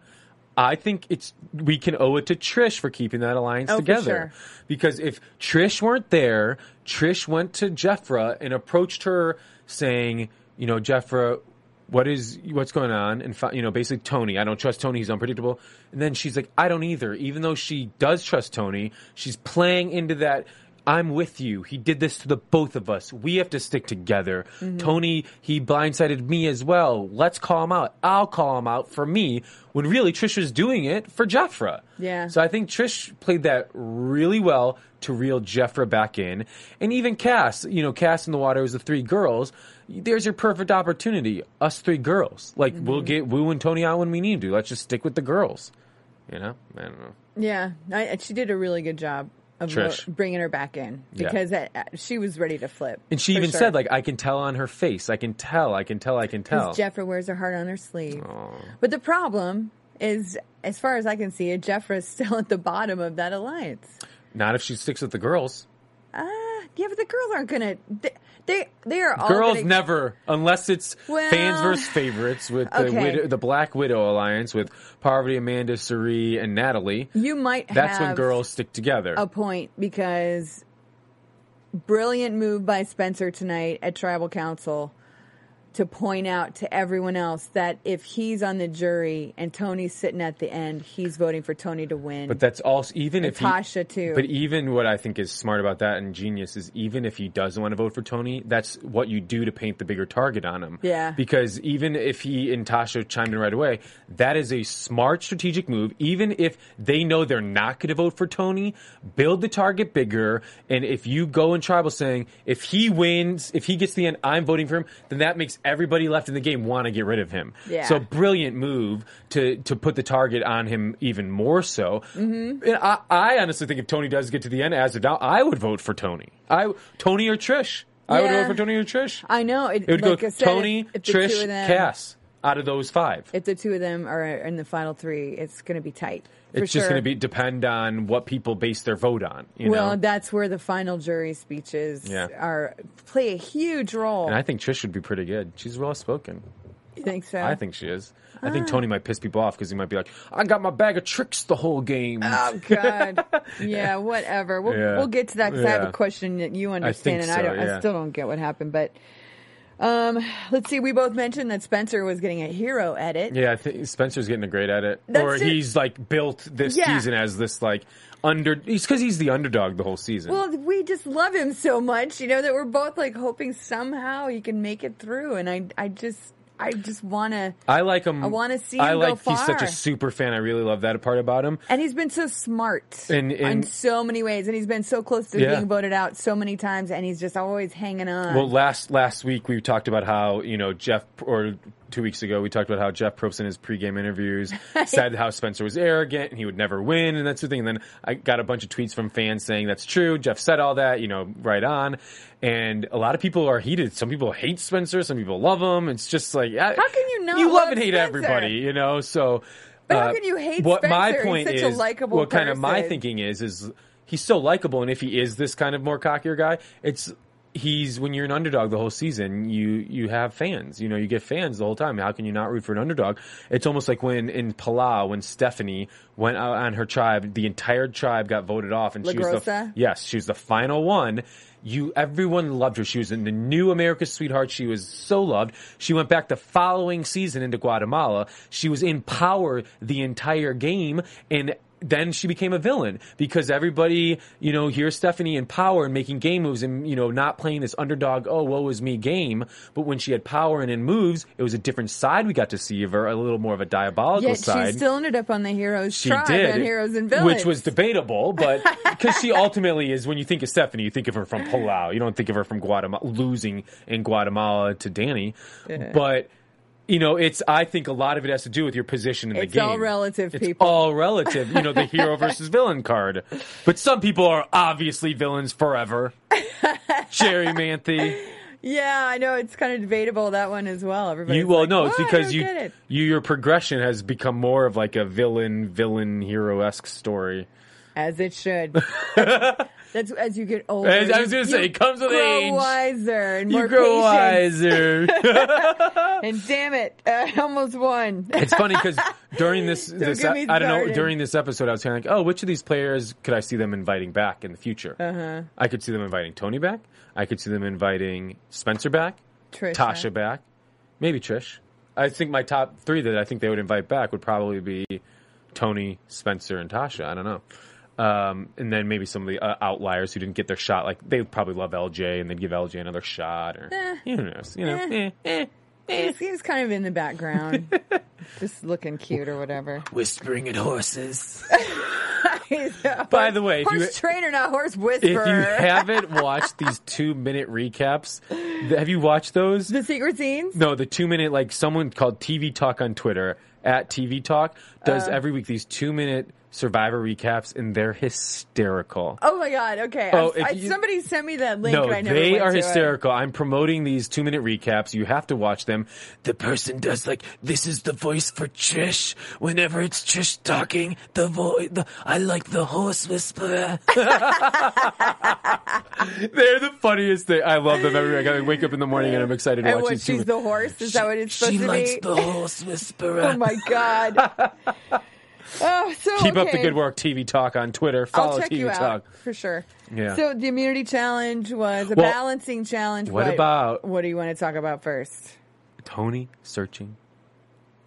[SPEAKER 5] I think it's we can owe it to Trish for keeping that alliance
[SPEAKER 4] Oh, for
[SPEAKER 5] together.
[SPEAKER 4] sure.
[SPEAKER 5] Because if Trish weren't there, Trish went to Jeffra and approached her saying, you know, Jeffra, what is what's going on? And fi- you know, basically Tony, I don't trust Tony, he's unpredictable. And then she's like, I don't either. Even though she does trust Tony, she's playing into that I'm with you. He did this to the both of us. We have to stick together. Tony, he blindsided me as well. Let's call him out. I'll call him out for me when really Trish was doing it for Jeffra.
[SPEAKER 4] Yeah.
[SPEAKER 5] So I think Trish played that really well to reel Jeffra back in. And even Cass, you know, Cass in the water was the three girls. There's your perfect opportunity. Us three girls. Like,
[SPEAKER 4] Mm-hmm.
[SPEAKER 5] we'll get Wu and Tony out when we need to. Let's just stick with the girls. You know? I don't know.
[SPEAKER 4] yeah, I, and she did a really good job of
[SPEAKER 5] Trish.
[SPEAKER 4] lo- bringing her back in
[SPEAKER 5] Yeah.
[SPEAKER 4] because I- I- she was ready to flip.
[SPEAKER 5] And she
[SPEAKER 4] for
[SPEAKER 5] even
[SPEAKER 4] sure.
[SPEAKER 5] said, like, I can tell on her face. I can tell. I can tell. I can tell.
[SPEAKER 4] Because Jeffra wears her heart on her sleeve. But the problem is, as far as I can see, it, Jeffra's still at the bottom of that alliance.
[SPEAKER 5] Not if she sticks with the girls.
[SPEAKER 4] Yeah, but the girls aren't gonna. They, They they are all
[SPEAKER 5] Girls
[SPEAKER 4] gonna-
[SPEAKER 5] never, unless it's
[SPEAKER 4] Well,
[SPEAKER 5] fans versus favorites with the
[SPEAKER 4] okay.
[SPEAKER 5] widow, the Black Widow alliance with Parvati, Amanda, Suri, and Natalie.
[SPEAKER 4] You might.
[SPEAKER 5] That's when
[SPEAKER 4] have
[SPEAKER 5] girls stick together.
[SPEAKER 4] a point because brilliant move by Spencer tonight at Tribal Council to point out to everyone else that if he's on the jury and Tony's sitting at the end, he's voting for Tony to win.
[SPEAKER 5] But that's also even if he-
[SPEAKER 4] Natasha, too.
[SPEAKER 5] But even what I think is smart about that and genius is even if he doesn't want to vote for Tony, that's what you do to paint the bigger target on him.
[SPEAKER 4] Yeah.
[SPEAKER 5] Because even if he and Tasha chimed in right away, that is a smart strategic move. Even if they know they're not going to vote for Tony, build the target bigger. And if you go in tribal saying if he wins, if he gets the end, I'm voting for him, then that makes everybody left in the game want to get rid of him.
[SPEAKER 4] Yeah.
[SPEAKER 5] So brilliant move to to put the target on him even more so. Mm-hmm. And I, I honestly think if Tony does get to the end as of now, I would vote for Tony. I Tony or Trish. I would
[SPEAKER 4] Yeah.
[SPEAKER 5] vote for Tony or Trish.
[SPEAKER 4] I know it,
[SPEAKER 5] It would
[SPEAKER 4] like
[SPEAKER 5] go
[SPEAKER 4] I said,
[SPEAKER 5] Tony,
[SPEAKER 4] if, if the two
[SPEAKER 5] Trish,
[SPEAKER 4] of them,
[SPEAKER 5] Cass out of those five.
[SPEAKER 4] If the two of them are in the final three, it's going to be tight. for
[SPEAKER 5] it's just
[SPEAKER 4] sure.
[SPEAKER 5] going to be depend on what people base their vote on. You
[SPEAKER 4] well,
[SPEAKER 5] know.
[SPEAKER 4] that's where the final jury speeches
[SPEAKER 5] Yeah.
[SPEAKER 4] are play a huge role.
[SPEAKER 5] and I think Trish would be pretty good. She's well spoken.
[SPEAKER 4] you think so?
[SPEAKER 5] I think she is. I
[SPEAKER 4] Ah.
[SPEAKER 5] think Tony might piss people off because he might be like, "I got my bag of tricks the whole game."
[SPEAKER 4] Oh God! Yeah, whatever. We'll
[SPEAKER 5] Yeah.
[SPEAKER 4] we'll get to that because I have
[SPEAKER 5] Yeah.
[SPEAKER 4] a question that you understand, and I
[SPEAKER 5] so,
[SPEAKER 4] don't. I
[SPEAKER 5] yeah.
[SPEAKER 4] still don't get what happened. But um, let's see. We both mentioned that Spencer was getting a hero edit.
[SPEAKER 5] Yeah, I think Spencer's getting a great at it,
[SPEAKER 4] That's
[SPEAKER 5] or
[SPEAKER 4] it.
[SPEAKER 5] he's like built this
[SPEAKER 4] Yeah.
[SPEAKER 5] season as this like under. He's because he's the underdog the whole season.
[SPEAKER 4] Well, we just love him so much, you know, that we're both like hoping somehow he can make it through. And I, I just, I just want to.
[SPEAKER 5] I like him.
[SPEAKER 4] I wanna see
[SPEAKER 5] I
[SPEAKER 4] him go
[SPEAKER 5] like he's such
[SPEAKER 4] far.
[SPEAKER 5] a super fan. I really love that part about him.
[SPEAKER 4] And he's been so smart
[SPEAKER 5] And-
[SPEAKER 4] in
[SPEAKER 5] and-
[SPEAKER 4] so many ways, and he's been so close to
[SPEAKER 5] Yeah.
[SPEAKER 4] being voted out so many times, and he's just always hanging on.
[SPEAKER 5] Well, last last week we talked about how you know Jeff, or two weeks ago we talked about how Jeff Probst in his pregame interviews said how Spencer was arrogant and he would never win and that sort of thing. And then I got a bunch of tweets from fans saying that's true. Jeff said all that, you know, right on. And a lot of people are heated. Some people hate Spencer. Some people love him. It's just like how
[SPEAKER 4] can you not
[SPEAKER 5] You love,
[SPEAKER 4] love
[SPEAKER 5] and hate
[SPEAKER 4] Spencer?
[SPEAKER 5] everybody, you know. So. uh,
[SPEAKER 4] But how can you hate
[SPEAKER 5] what my
[SPEAKER 4] Spencer? He's
[SPEAKER 5] point
[SPEAKER 4] such a
[SPEAKER 5] is,
[SPEAKER 4] likable
[SPEAKER 5] what kind of my
[SPEAKER 4] person.
[SPEAKER 5] thinking thinking is is he's so likable, and if he is this kind of more cockier guy, it's he's when you're an underdog the whole season, you you have fans. You know, you get fans the whole time. How can you not root for an underdog? It's almost like when in Palau when Stephanie went out on her tribe, the entire tribe got voted off, and
[SPEAKER 4] La
[SPEAKER 5] she was
[SPEAKER 4] Grossa?
[SPEAKER 5] the yes, she was the final one. You everyone loved her. She was in the new America's sweetheart. She was so loved. She went back the following season into Guatemala. She was in power the entire game and then she became a villain because everybody, you know, hears Stephanie in power and making game moves and, you know, not playing this underdog, oh, woe is me game. But when she had power and in moves, it was a different side we got to see of her, a little more of a diabolical
[SPEAKER 4] Yet
[SPEAKER 5] side
[SPEAKER 4] she still ended up on the heroes
[SPEAKER 5] she
[SPEAKER 4] tribe
[SPEAKER 5] did,
[SPEAKER 4] and heroes and villains,
[SPEAKER 5] which was debatable, but because she ultimately is, when you think of Stephanie, you think of her from Palau. You don't think of her from Guatemala losing in Guatemala to Danny, but. You know, it's. I think a lot of it has to do with your position in
[SPEAKER 4] It's
[SPEAKER 5] the game.
[SPEAKER 4] all relative,
[SPEAKER 5] It's
[SPEAKER 4] people.
[SPEAKER 5] all relative. You know, the hero versus villain card. But some people are obviously villains forever. Jerry Manthe.
[SPEAKER 4] Yeah, I know it's kind of debatable that one as well. Everybody,
[SPEAKER 5] You well,
[SPEAKER 4] like,
[SPEAKER 5] no, it's
[SPEAKER 4] "Oh, I
[SPEAKER 5] because
[SPEAKER 4] don't
[SPEAKER 5] you,
[SPEAKER 4] get it."
[SPEAKER 5] you your progression has become more of like a villain, villain, hero esque story.
[SPEAKER 4] as it should. That's as you get older.
[SPEAKER 5] As I
[SPEAKER 4] you-
[SPEAKER 5] was gonna
[SPEAKER 4] you
[SPEAKER 5] say, it comes with
[SPEAKER 4] grow
[SPEAKER 5] age.
[SPEAKER 4] wiser and more
[SPEAKER 5] you grow
[SPEAKER 4] patient.
[SPEAKER 5] wiser.
[SPEAKER 4] And damn it, I almost won.
[SPEAKER 5] it's funny because during this, this
[SPEAKER 4] get
[SPEAKER 5] I
[SPEAKER 4] me
[SPEAKER 5] don't know.
[SPEAKER 4] started.
[SPEAKER 5] During this episode, I was kind of like, oh, which of these players could I see them inviting back in the future? Uh-huh. I could see them inviting Tony back. I could see them inviting Spencer back,
[SPEAKER 4] Trisha.
[SPEAKER 5] Tasha back, maybe Trish. I think my top three that I think they would invite back would probably be Tony, Spencer, and Tasha. I don't know. Um, and then maybe some of the uh, outliers who didn't get their shot. Like they would probably love LJ, and they'd give LJ another shot, or who knows? You know,
[SPEAKER 4] Eh.
[SPEAKER 5] eh, eh.
[SPEAKER 4] He's, he's kind of in the background, just looking cute or whatever.
[SPEAKER 7] Whispering at horses.
[SPEAKER 4] He's a
[SPEAKER 5] By
[SPEAKER 4] horse-
[SPEAKER 5] the way, if
[SPEAKER 4] horse
[SPEAKER 5] you-
[SPEAKER 4] trainer, not horse
[SPEAKER 5] If
[SPEAKER 4] whisperer.
[SPEAKER 5] you haven't watched these two minute recaps, th- have you watched those?
[SPEAKER 4] the secret scenes.
[SPEAKER 5] No, the two minute, like someone called TV Talk on Twitter, at TV Talk, does every week these two minute Survivor recaps, and they're hysterical.
[SPEAKER 4] Oh my god. Okay.
[SPEAKER 5] Oh,
[SPEAKER 4] I,
[SPEAKER 5] if
[SPEAKER 4] I,
[SPEAKER 5] you-
[SPEAKER 4] somebody sent me that link.
[SPEAKER 5] No,
[SPEAKER 4] and I never
[SPEAKER 5] they
[SPEAKER 4] went
[SPEAKER 5] are
[SPEAKER 4] to uh, it.
[SPEAKER 5] hysterical. I'm promoting these two minute recaps. You have to watch them. The person does like this is the voice for Trish. Whenever it's Trish talking, the voice. The, I like the horse whisperer. They're the funniest thing. I love them every. I wake up in the morning and I'm excited to
[SPEAKER 4] And
[SPEAKER 5] watch
[SPEAKER 4] what?
[SPEAKER 5] these two
[SPEAKER 4] She's the horse. Is that what it's supposed to be?
[SPEAKER 5] horse whisperer.
[SPEAKER 4] oh my god. oh, so
[SPEAKER 5] Keep up the
[SPEAKER 4] okay.
[SPEAKER 5] good work, TV Talk on Twitter. Follow
[SPEAKER 4] I'll check
[SPEAKER 5] TV
[SPEAKER 4] you
[SPEAKER 5] Talk.
[SPEAKER 4] out for sure.
[SPEAKER 5] Yeah.
[SPEAKER 4] So the immunity challenge was a
[SPEAKER 5] Well,
[SPEAKER 4] balancing challenge.
[SPEAKER 5] what about-
[SPEAKER 4] What do you want to talk about first?
[SPEAKER 5] Tony searching.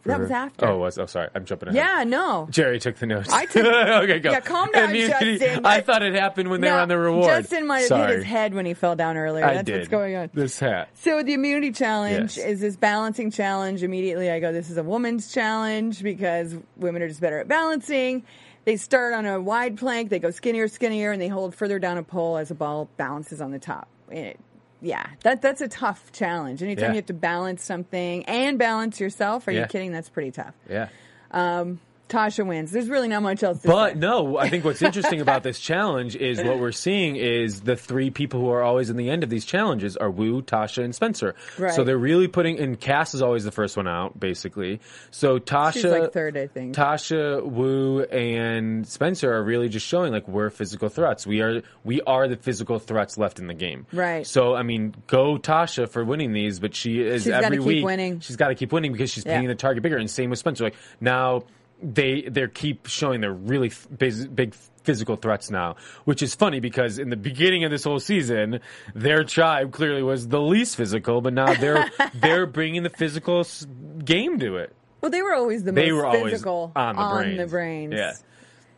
[SPEAKER 4] That was after.
[SPEAKER 5] Oh, it was. Oh, sorry. I'm jumping ahead.
[SPEAKER 4] Yeah. No.
[SPEAKER 5] Jerry took the notes.
[SPEAKER 4] I took-
[SPEAKER 5] okay, go.
[SPEAKER 4] Yeah, calm down, Justin.
[SPEAKER 5] I thought it happened when they were
[SPEAKER 4] No,
[SPEAKER 5] on the reward.
[SPEAKER 4] Justin might have
[SPEAKER 5] Sorry.
[SPEAKER 4] hit his head when he fell down earlier.
[SPEAKER 5] I
[SPEAKER 4] That's
[SPEAKER 5] did.
[SPEAKER 4] what's going on.
[SPEAKER 5] This hat.
[SPEAKER 4] So the immunity challenge
[SPEAKER 5] Yes.
[SPEAKER 4] is this balancing challenge. Immediately I go, this is a woman's challenge because women are just better at balancing. They start on a wide plank, they go skinnier, skinnier, and they hold further down a pole as the ball bounces on the top. It- yeah, that that's a tough challenge. Anytime
[SPEAKER 5] Yeah.
[SPEAKER 4] you have to balance something and balance yourself, are you
[SPEAKER 5] Yeah.
[SPEAKER 4] kidding? That's pretty tough.
[SPEAKER 5] Yeah.
[SPEAKER 4] Um, Tasha wins. There's really not much else. To
[SPEAKER 5] But
[SPEAKER 4] say.
[SPEAKER 5] no, I think what's interesting about this challenge is what we're seeing is the three people who are always in the end of these challenges are Wu, Tasha, and Spencer.
[SPEAKER 4] Right.
[SPEAKER 5] So they're really putting, and Cass is always the first one out, basically. So Tasha,
[SPEAKER 4] She's like third, I think.
[SPEAKER 5] Tasha, Wu, and Spencer are really just showing like we're physical threats. We are we are the physical threats left in the game.
[SPEAKER 4] Right.
[SPEAKER 5] So I mean, go Tasha for winning these, but she is
[SPEAKER 4] She's gotta
[SPEAKER 5] every
[SPEAKER 4] keep
[SPEAKER 5] week
[SPEAKER 4] winning.
[SPEAKER 5] she's got to keep winning because she's
[SPEAKER 4] Yeah.
[SPEAKER 5] painting the target bigger. And same with Spencer. Like now they they keep showing their really f- big, big physical threats now, which is funny because in the beginning of this whole season, their tribe clearly was the least physical, but now they're they're bringing the physical s- game to it.
[SPEAKER 4] well, they were always the
[SPEAKER 5] They
[SPEAKER 4] most
[SPEAKER 5] were always
[SPEAKER 4] physical
[SPEAKER 5] on the brains.
[SPEAKER 4] brains.
[SPEAKER 5] Yeah.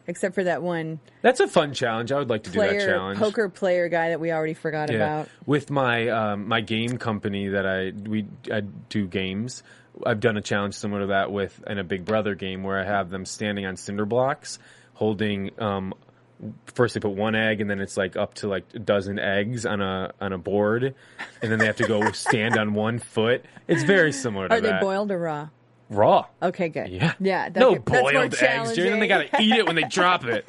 [SPEAKER 4] Except for that one
[SPEAKER 5] That's a fun challenge. I would like to do that
[SPEAKER 4] player,
[SPEAKER 5] challenge.
[SPEAKER 4] poker player guy that we already forgot about.
[SPEAKER 5] With my um, my game company that I we I do games. I've done a challenge similar to that with in a Big Brother game where I have them standing on cinder blocks, holding. Um, first they put one egg, and then it's like up to like a dozen eggs on a on a board, and then they have to go stand on one foot. It's very similar to
[SPEAKER 4] Are they
[SPEAKER 5] that.
[SPEAKER 4] boiled or raw?
[SPEAKER 5] Raw.
[SPEAKER 4] Okay, good.
[SPEAKER 5] Yeah.
[SPEAKER 4] yeah. that-
[SPEAKER 5] no
[SPEAKER 4] that's more
[SPEAKER 5] boiled eggs, Jerry. Then they
[SPEAKER 4] challenging.
[SPEAKER 5] gotta eat it when they drop it.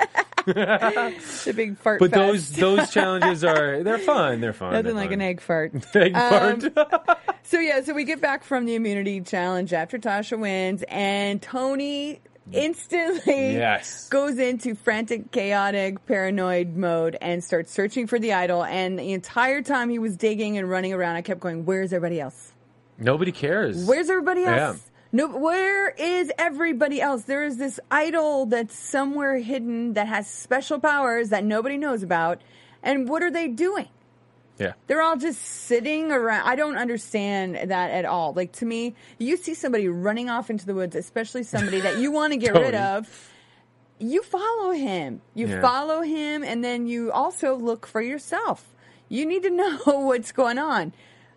[SPEAKER 4] the big fart.
[SPEAKER 5] But
[SPEAKER 4] fest.
[SPEAKER 5] those those challenges are they're fun. They're fun.
[SPEAKER 4] nothing
[SPEAKER 5] they're
[SPEAKER 4] like an
[SPEAKER 5] fun.
[SPEAKER 4] egg fart.
[SPEAKER 5] Egg
[SPEAKER 4] Um,
[SPEAKER 5] fart.
[SPEAKER 4] so yeah, so we get back from the immunity challenge after Tasha wins, and Tony instantly
[SPEAKER 5] Yes.
[SPEAKER 4] goes into frantic, chaotic, paranoid mode and starts searching for the idol. And the entire time he was digging and running around, I kept going, "Where's everybody else?
[SPEAKER 5] Nobody cares.
[SPEAKER 4] Where's everybody else?
[SPEAKER 5] Yeah.
[SPEAKER 4] No, where is everybody else? There is this idol that's somewhere hidden that has special powers that nobody knows about. And what are they doing?
[SPEAKER 5] Yeah.
[SPEAKER 4] They're all just sitting around. I don't understand that at all. Like to me, you see somebody running off into the woods, especially somebody that you want to get rid
[SPEAKER 5] Totally.
[SPEAKER 4] of. You follow him. You
[SPEAKER 5] Yeah.
[SPEAKER 4] follow him and then you also look for yourself. You need to know what's going on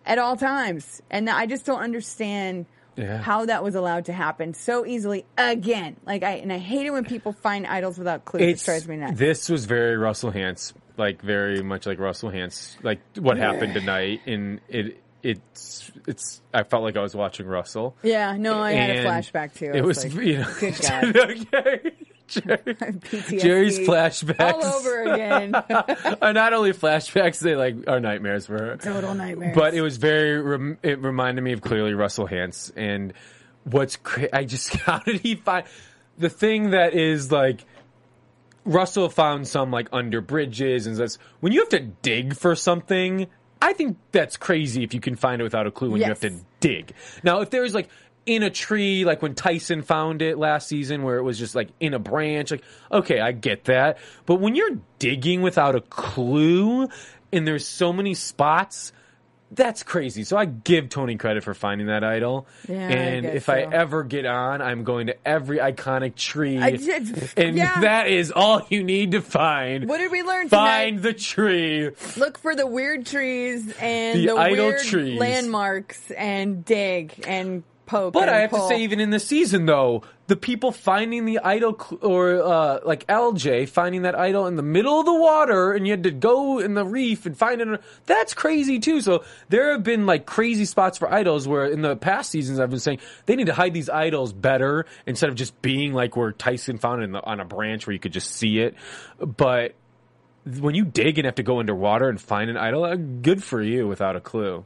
[SPEAKER 4] at all times. And I just don't understand
[SPEAKER 5] Yeah.
[SPEAKER 4] how that was allowed to happen so easily again. Like I and I hate it when people find idols without clues.
[SPEAKER 5] It's,
[SPEAKER 4] it drives me nuts.
[SPEAKER 5] This was very Russell Hance, like very much like Russell Hance, like what happened tonight, and it it's it's. I felt like I was watching Russell.
[SPEAKER 4] yeah, no, I had a
[SPEAKER 5] And
[SPEAKER 4] flashback too. I
[SPEAKER 5] It was,
[SPEAKER 4] like,
[SPEAKER 5] you know,
[SPEAKER 4] good God.
[SPEAKER 5] okay. Jerry- Jerry's
[SPEAKER 4] PTSD.
[SPEAKER 5] flashbacks
[SPEAKER 4] all over again.
[SPEAKER 5] are not only flashbacks; they like are nightmares for her.
[SPEAKER 4] Total nightmare.
[SPEAKER 5] But it was very. Rem- it reminded me of clearly Russell Hance and what's. Cra- I just how did he find the thing that is like. Russell found some like under bridges and that's when you have to dig for something. I think that's crazy if you can find it without a clue when you
[SPEAKER 4] Yes.
[SPEAKER 5] have to dig. Now, if there was like in a tree, like when Tyson found it last season, where it was just like in a branch, like okay, I get that. But when you're digging without a clue, and there's so many spots, that's crazy. So I give Tony credit for finding that idol.
[SPEAKER 4] Yeah, I
[SPEAKER 5] and
[SPEAKER 4] guess
[SPEAKER 5] if I
[SPEAKER 4] so.
[SPEAKER 5] ever get on, I'm going to every iconic tree,
[SPEAKER 4] I did-
[SPEAKER 5] and
[SPEAKER 4] yeah.
[SPEAKER 5] that is all you need to find.
[SPEAKER 4] What did we learn
[SPEAKER 5] Find
[SPEAKER 4] tonight?
[SPEAKER 5] the tree.
[SPEAKER 4] Look for the weird trees and the,
[SPEAKER 5] The idle
[SPEAKER 4] weird
[SPEAKER 5] trees.
[SPEAKER 4] landmarks and dig and poke.
[SPEAKER 5] But
[SPEAKER 4] and
[SPEAKER 5] I have
[SPEAKER 4] pull.
[SPEAKER 5] to say, even in the season, though, the people finding the idol cl- or uh, like LJ finding that idol in the middle of the water and you had to go in the reef and find it. That's crazy too. So there have been like crazy spots for idols where in the past seasons I've been saying they need to hide these idols better instead of just being like where Tyson found it in the, on a branch where you could just see it. But when you dig and have to go underwater and find an idol, uh, good for you without a clue.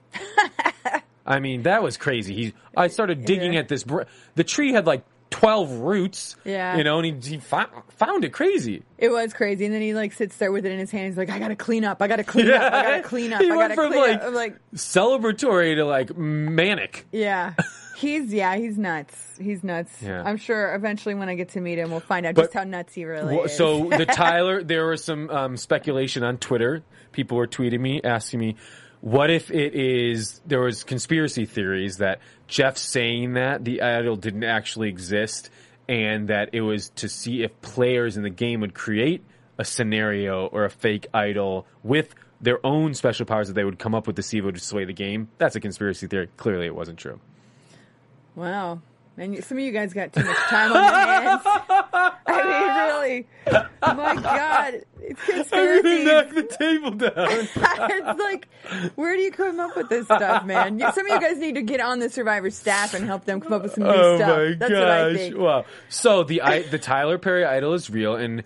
[SPEAKER 5] I mean, that was crazy. He, I started digging at this. Br- the tree had like twelve roots.
[SPEAKER 4] Yeah.
[SPEAKER 5] you know, and he, he fi- found it crazy.
[SPEAKER 4] It was crazy. And then he like sits there with it in his hand. He's like, I gotta clean up. I gotta clean up. I gotta clean up.
[SPEAKER 5] He
[SPEAKER 4] I
[SPEAKER 5] went
[SPEAKER 4] gotta
[SPEAKER 5] from,
[SPEAKER 4] clean
[SPEAKER 5] like-
[SPEAKER 4] up. I'm like,
[SPEAKER 5] Celebratory to like manic.
[SPEAKER 4] yeah. He's yeah, he's nuts. He's nuts.
[SPEAKER 5] Yeah.
[SPEAKER 4] I'm sure eventually when I get to meet him, we'll find out
[SPEAKER 5] But-
[SPEAKER 4] just how nuts he really
[SPEAKER 5] Well,
[SPEAKER 4] is.
[SPEAKER 5] so the Tyler, there was some um, speculation on Twitter. People were tweeting me, asking me, "What if it is?" There was conspiracy theories that Jeff saying that the idol didn't actually exist, and that it was to see if players in the game would create a scenario or a fake idol with their own special powers that they would come up with to see if it would sway the game. That's a conspiracy theory. Clearly, it wasn't true.
[SPEAKER 4] Wow. And you- some of you guys got too much time on your hands. I mean, really. Oh My God. It's conspiracy.
[SPEAKER 5] Knock the table down.
[SPEAKER 4] it's like, where do you come up with this stuff, man? You, some of you guys need to get on the Survivor staff and help them come up with some new
[SPEAKER 5] oh
[SPEAKER 4] stuff.
[SPEAKER 5] my
[SPEAKER 4] That's
[SPEAKER 5] gosh!
[SPEAKER 4] what I think.
[SPEAKER 5] Wow. So the I, the Tyler Perry idol is real, and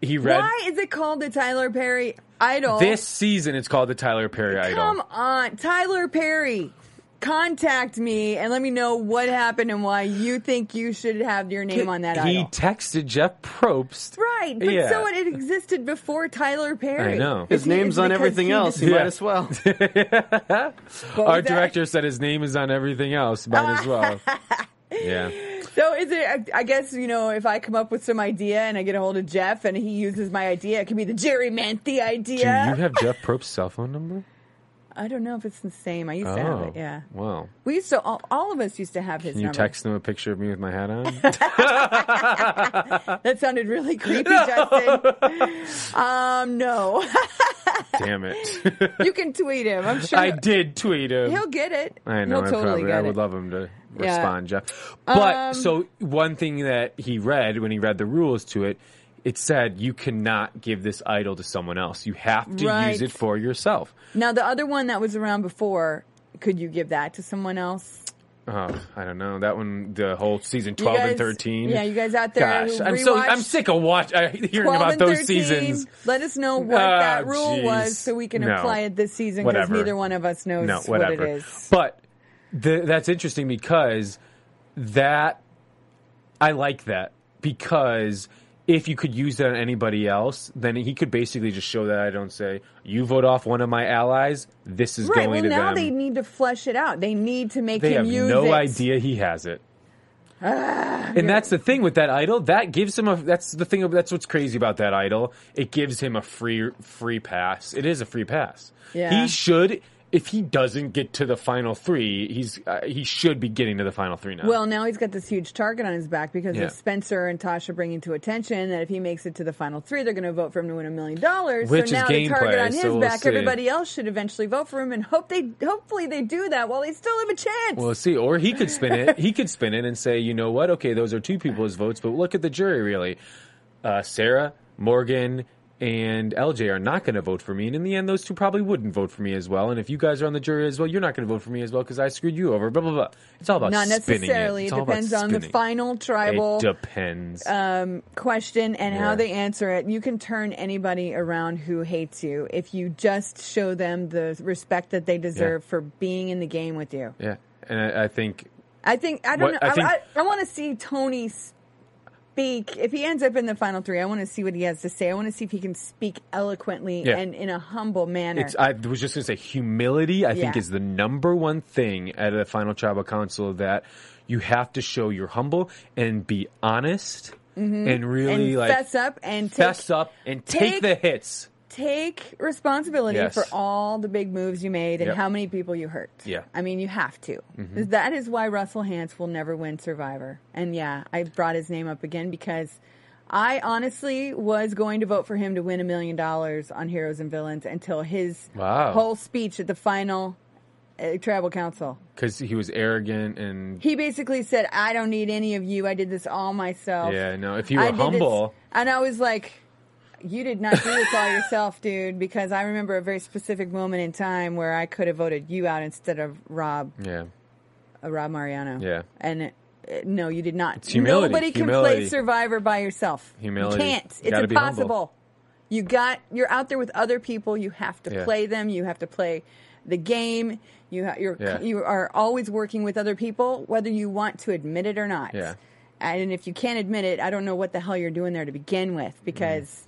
[SPEAKER 5] he read
[SPEAKER 4] Why is it called the Tyler Perry Idol?
[SPEAKER 5] this season. It's called the Tyler Perry
[SPEAKER 4] Come
[SPEAKER 5] idol.
[SPEAKER 4] on, Tyler Perry. Contact me and let me know what happened and why you think you should have your name on that
[SPEAKER 5] he
[SPEAKER 4] idol.
[SPEAKER 5] texted Jeff Probst.
[SPEAKER 4] Right, but
[SPEAKER 5] Yeah.
[SPEAKER 4] so it, it existed before Tyler Perry.
[SPEAKER 5] I know.
[SPEAKER 4] If
[SPEAKER 5] His
[SPEAKER 6] His
[SPEAKER 4] he-
[SPEAKER 6] name's on
[SPEAKER 4] because
[SPEAKER 6] everything
[SPEAKER 4] he
[SPEAKER 6] else.
[SPEAKER 4] just-
[SPEAKER 6] He
[SPEAKER 5] Yeah.
[SPEAKER 6] might as well.
[SPEAKER 4] what was
[SPEAKER 5] Our
[SPEAKER 4] that?
[SPEAKER 5] director said his name is on everything else. Might as well. yeah.
[SPEAKER 4] So is it? I- I guess you know if I come up with some idea and I get a hold of Jeff and he uses my idea, it could be the Jerry Manthe
[SPEAKER 5] Do you
[SPEAKER 4] idea.
[SPEAKER 5] have Jeff Probst's cell phone number?
[SPEAKER 4] I don't know if it's the same. I used
[SPEAKER 5] Oh,
[SPEAKER 4] to have it. Yeah,
[SPEAKER 5] Wow.
[SPEAKER 4] we used to. All, all of us used to have his
[SPEAKER 5] Can you
[SPEAKER 4] number.
[SPEAKER 5] text him a picture of me with my hat on?
[SPEAKER 4] That sounded really creepy, Justin. um, no,
[SPEAKER 5] Damn it!
[SPEAKER 4] you can tweet him. I'm sure
[SPEAKER 5] I did tweet him.
[SPEAKER 4] he'll get it.
[SPEAKER 5] I know.
[SPEAKER 4] He'll
[SPEAKER 5] I
[SPEAKER 4] totally
[SPEAKER 5] probably.
[SPEAKER 4] get
[SPEAKER 5] I
[SPEAKER 4] it.
[SPEAKER 5] would love him to
[SPEAKER 4] Yeah.
[SPEAKER 5] respond, Jeff. But
[SPEAKER 4] Um,
[SPEAKER 5] so one thing that he read when he read the rules to it, it said you cannot give this idol to someone else. You have to
[SPEAKER 4] Right.
[SPEAKER 5] use it for yourself.
[SPEAKER 4] Now the other one that was around before, could you give that to someone else?
[SPEAKER 5] Oh, I don't know that one. The whole season twelve
[SPEAKER 4] guys-
[SPEAKER 5] and thirteen.
[SPEAKER 4] yeah, you guys out there
[SPEAKER 5] Gosh,
[SPEAKER 4] who
[SPEAKER 5] I'm so
[SPEAKER 4] rewatched
[SPEAKER 5] I'm sick of watch uh, hearing
[SPEAKER 4] 12
[SPEAKER 5] about
[SPEAKER 4] and
[SPEAKER 5] those
[SPEAKER 4] 13,
[SPEAKER 5] seasons.
[SPEAKER 4] Let us know what
[SPEAKER 5] Ah,
[SPEAKER 4] that rule
[SPEAKER 5] jeez.
[SPEAKER 4] was so we can
[SPEAKER 5] No.
[SPEAKER 4] apply it this season because
[SPEAKER 5] Whatever.
[SPEAKER 4] neither one of us knows
[SPEAKER 5] no,
[SPEAKER 4] what
[SPEAKER 5] whatever.
[SPEAKER 4] it is.
[SPEAKER 5] But th- that's interesting because that I like that because if you could use that on anybody else, then he could basically just show that I don't say you vote off one of my allies. This is
[SPEAKER 4] Right.
[SPEAKER 5] going
[SPEAKER 4] Well,
[SPEAKER 5] to
[SPEAKER 4] now
[SPEAKER 5] them.
[SPEAKER 4] they need to flesh it out. They need to make
[SPEAKER 5] They
[SPEAKER 4] him
[SPEAKER 5] have
[SPEAKER 4] use
[SPEAKER 5] no
[SPEAKER 4] it. Ah,
[SPEAKER 5] idea he has it. and that's the thing with that idol. That gives him a. That's the thing. That's what's crazy about that idol. It gives him a free free pass. It is a free pass.
[SPEAKER 4] Yeah.
[SPEAKER 5] He should. If he doesn't get to the final three, he's uh, he should be getting to the final three now.
[SPEAKER 4] Well, now he's got this huge target on his back because
[SPEAKER 5] Yeah.
[SPEAKER 4] of Spencer and Tasha bringing to attention that if he makes it to the final three, they're going to vote for him to win a million dollars.
[SPEAKER 5] Which is
[SPEAKER 4] so now the target
[SPEAKER 5] gameplay,
[SPEAKER 4] on his
[SPEAKER 5] so we'll
[SPEAKER 4] back,
[SPEAKER 5] see.
[SPEAKER 4] everybody else should eventually vote for him and hope they, hopefully, they do that while they still have a chance.
[SPEAKER 5] Well, see, or he could spin it. He could spin it and say, you know what? Okay, those are two people's votes, but look at the jury. Really, uh, Sarah, Morgan, and LJ are not going to vote for me, and in the end, those two probably wouldn't vote for me as well. And if you guys are on the jury as well, you're not going to vote for me as well because I screwed you over. Blah blah blah. It's all about
[SPEAKER 4] Not
[SPEAKER 5] spinning
[SPEAKER 4] necessarily.
[SPEAKER 5] It. It's
[SPEAKER 4] It
[SPEAKER 5] all about
[SPEAKER 4] depends on the Uh,
[SPEAKER 5] spinning.
[SPEAKER 4] final tribal
[SPEAKER 5] It depends.
[SPEAKER 4] question and how
[SPEAKER 5] Yeah.
[SPEAKER 4] they answer it. You can turn anybody around who hates you if you just show them the respect that they deserve for being in the game with you.
[SPEAKER 5] yeah, and I, I think
[SPEAKER 4] I think I don't
[SPEAKER 5] What-
[SPEAKER 4] know.
[SPEAKER 5] I
[SPEAKER 4] I,
[SPEAKER 5] think-
[SPEAKER 4] I, I want to see Tony speak. If he ends up in the final three, I want to see what he has to say. I want to see if he can speak eloquently
[SPEAKER 5] Yeah.
[SPEAKER 4] and in a humble manner.
[SPEAKER 5] It's, I was just going to say humility. I think
[SPEAKER 4] Yeah.
[SPEAKER 5] is the number one thing at a final tribal council that you have to show you're humble and be honest and really
[SPEAKER 4] Mm-hmm. and
[SPEAKER 5] like
[SPEAKER 4] fess up and take,
[SPEAKER 5] fess up and take,
[SPEAKER 4] take-
[SPEAKER 5] the hits.
[SPEAKER 4] take responsibility
[SPEAKER 5] Yes.
[SPEAKER 4] for all the big moves you made and
[SPEAKER 5] Yep.
[SPEAKER 4] how many people you hurt.
[SPEAKER 5] Yeah. Mm-hmm.
[SPEAKER 4] I mean, you have to. That is why Russell Hance will never win Survivor. And yeah, I brought his name up again because I honestly was going to vote for him to win a million dollars on Heroes and Villains until his
[SPEAKER 5] Wow.
[SPEAKER 4] whole speech at the final uh, tribal council.
[SPEAKER 5] because he was arrogant and
[SPEAKER 4] He basically said, "I don't need any of you. I did this all myself."
[SPEAKER 5] yeah. No, if you
[SPEAKER 4] I
[SPEAKER 5] were
[SPEAKER 4] did this-
[SPEAKER 5] humble,
[SPEAKER 4] and I was like, "You did not do this all yourself, dude." Because I remember a very specific moment in time where I could have voted you out instead of Rob
[SPEAKER 5] yeah,
[SPEAKER 4] uh, Rob Mariano.
[SPEAKER 5] Yeah.
[SPEAKER 4] and. uh, No, you did not. It's
[SPEAKER 5] humility,
[SPEAKER 4] Nobody can
[SPEAKER 5] humility.
[SPEAKER 4] play Survivor by yourself.
[SPEAKER 5] Humility.
[SPEAKER 4] You can't.
[SPEAKER 5] You
[SPEAKER 4] It's
[SPEAKER 5] gotta be humble.
[SPEAKER 4] impossible. You got. You're out there with other people. You have to
[SPEAKER 5] Yeah.
[SPEAKER 4] play them. You have to play the game. You ha- you're
[SPEAKER 5] Yeah.
[SPEAKER 4] you are always working with other people, whether you want to admit it or not.
[SPEAKER 5] Yeah.
[SPEAKER 4] And if you can't admit it, I don't know what the hell you're doing there to begin with, because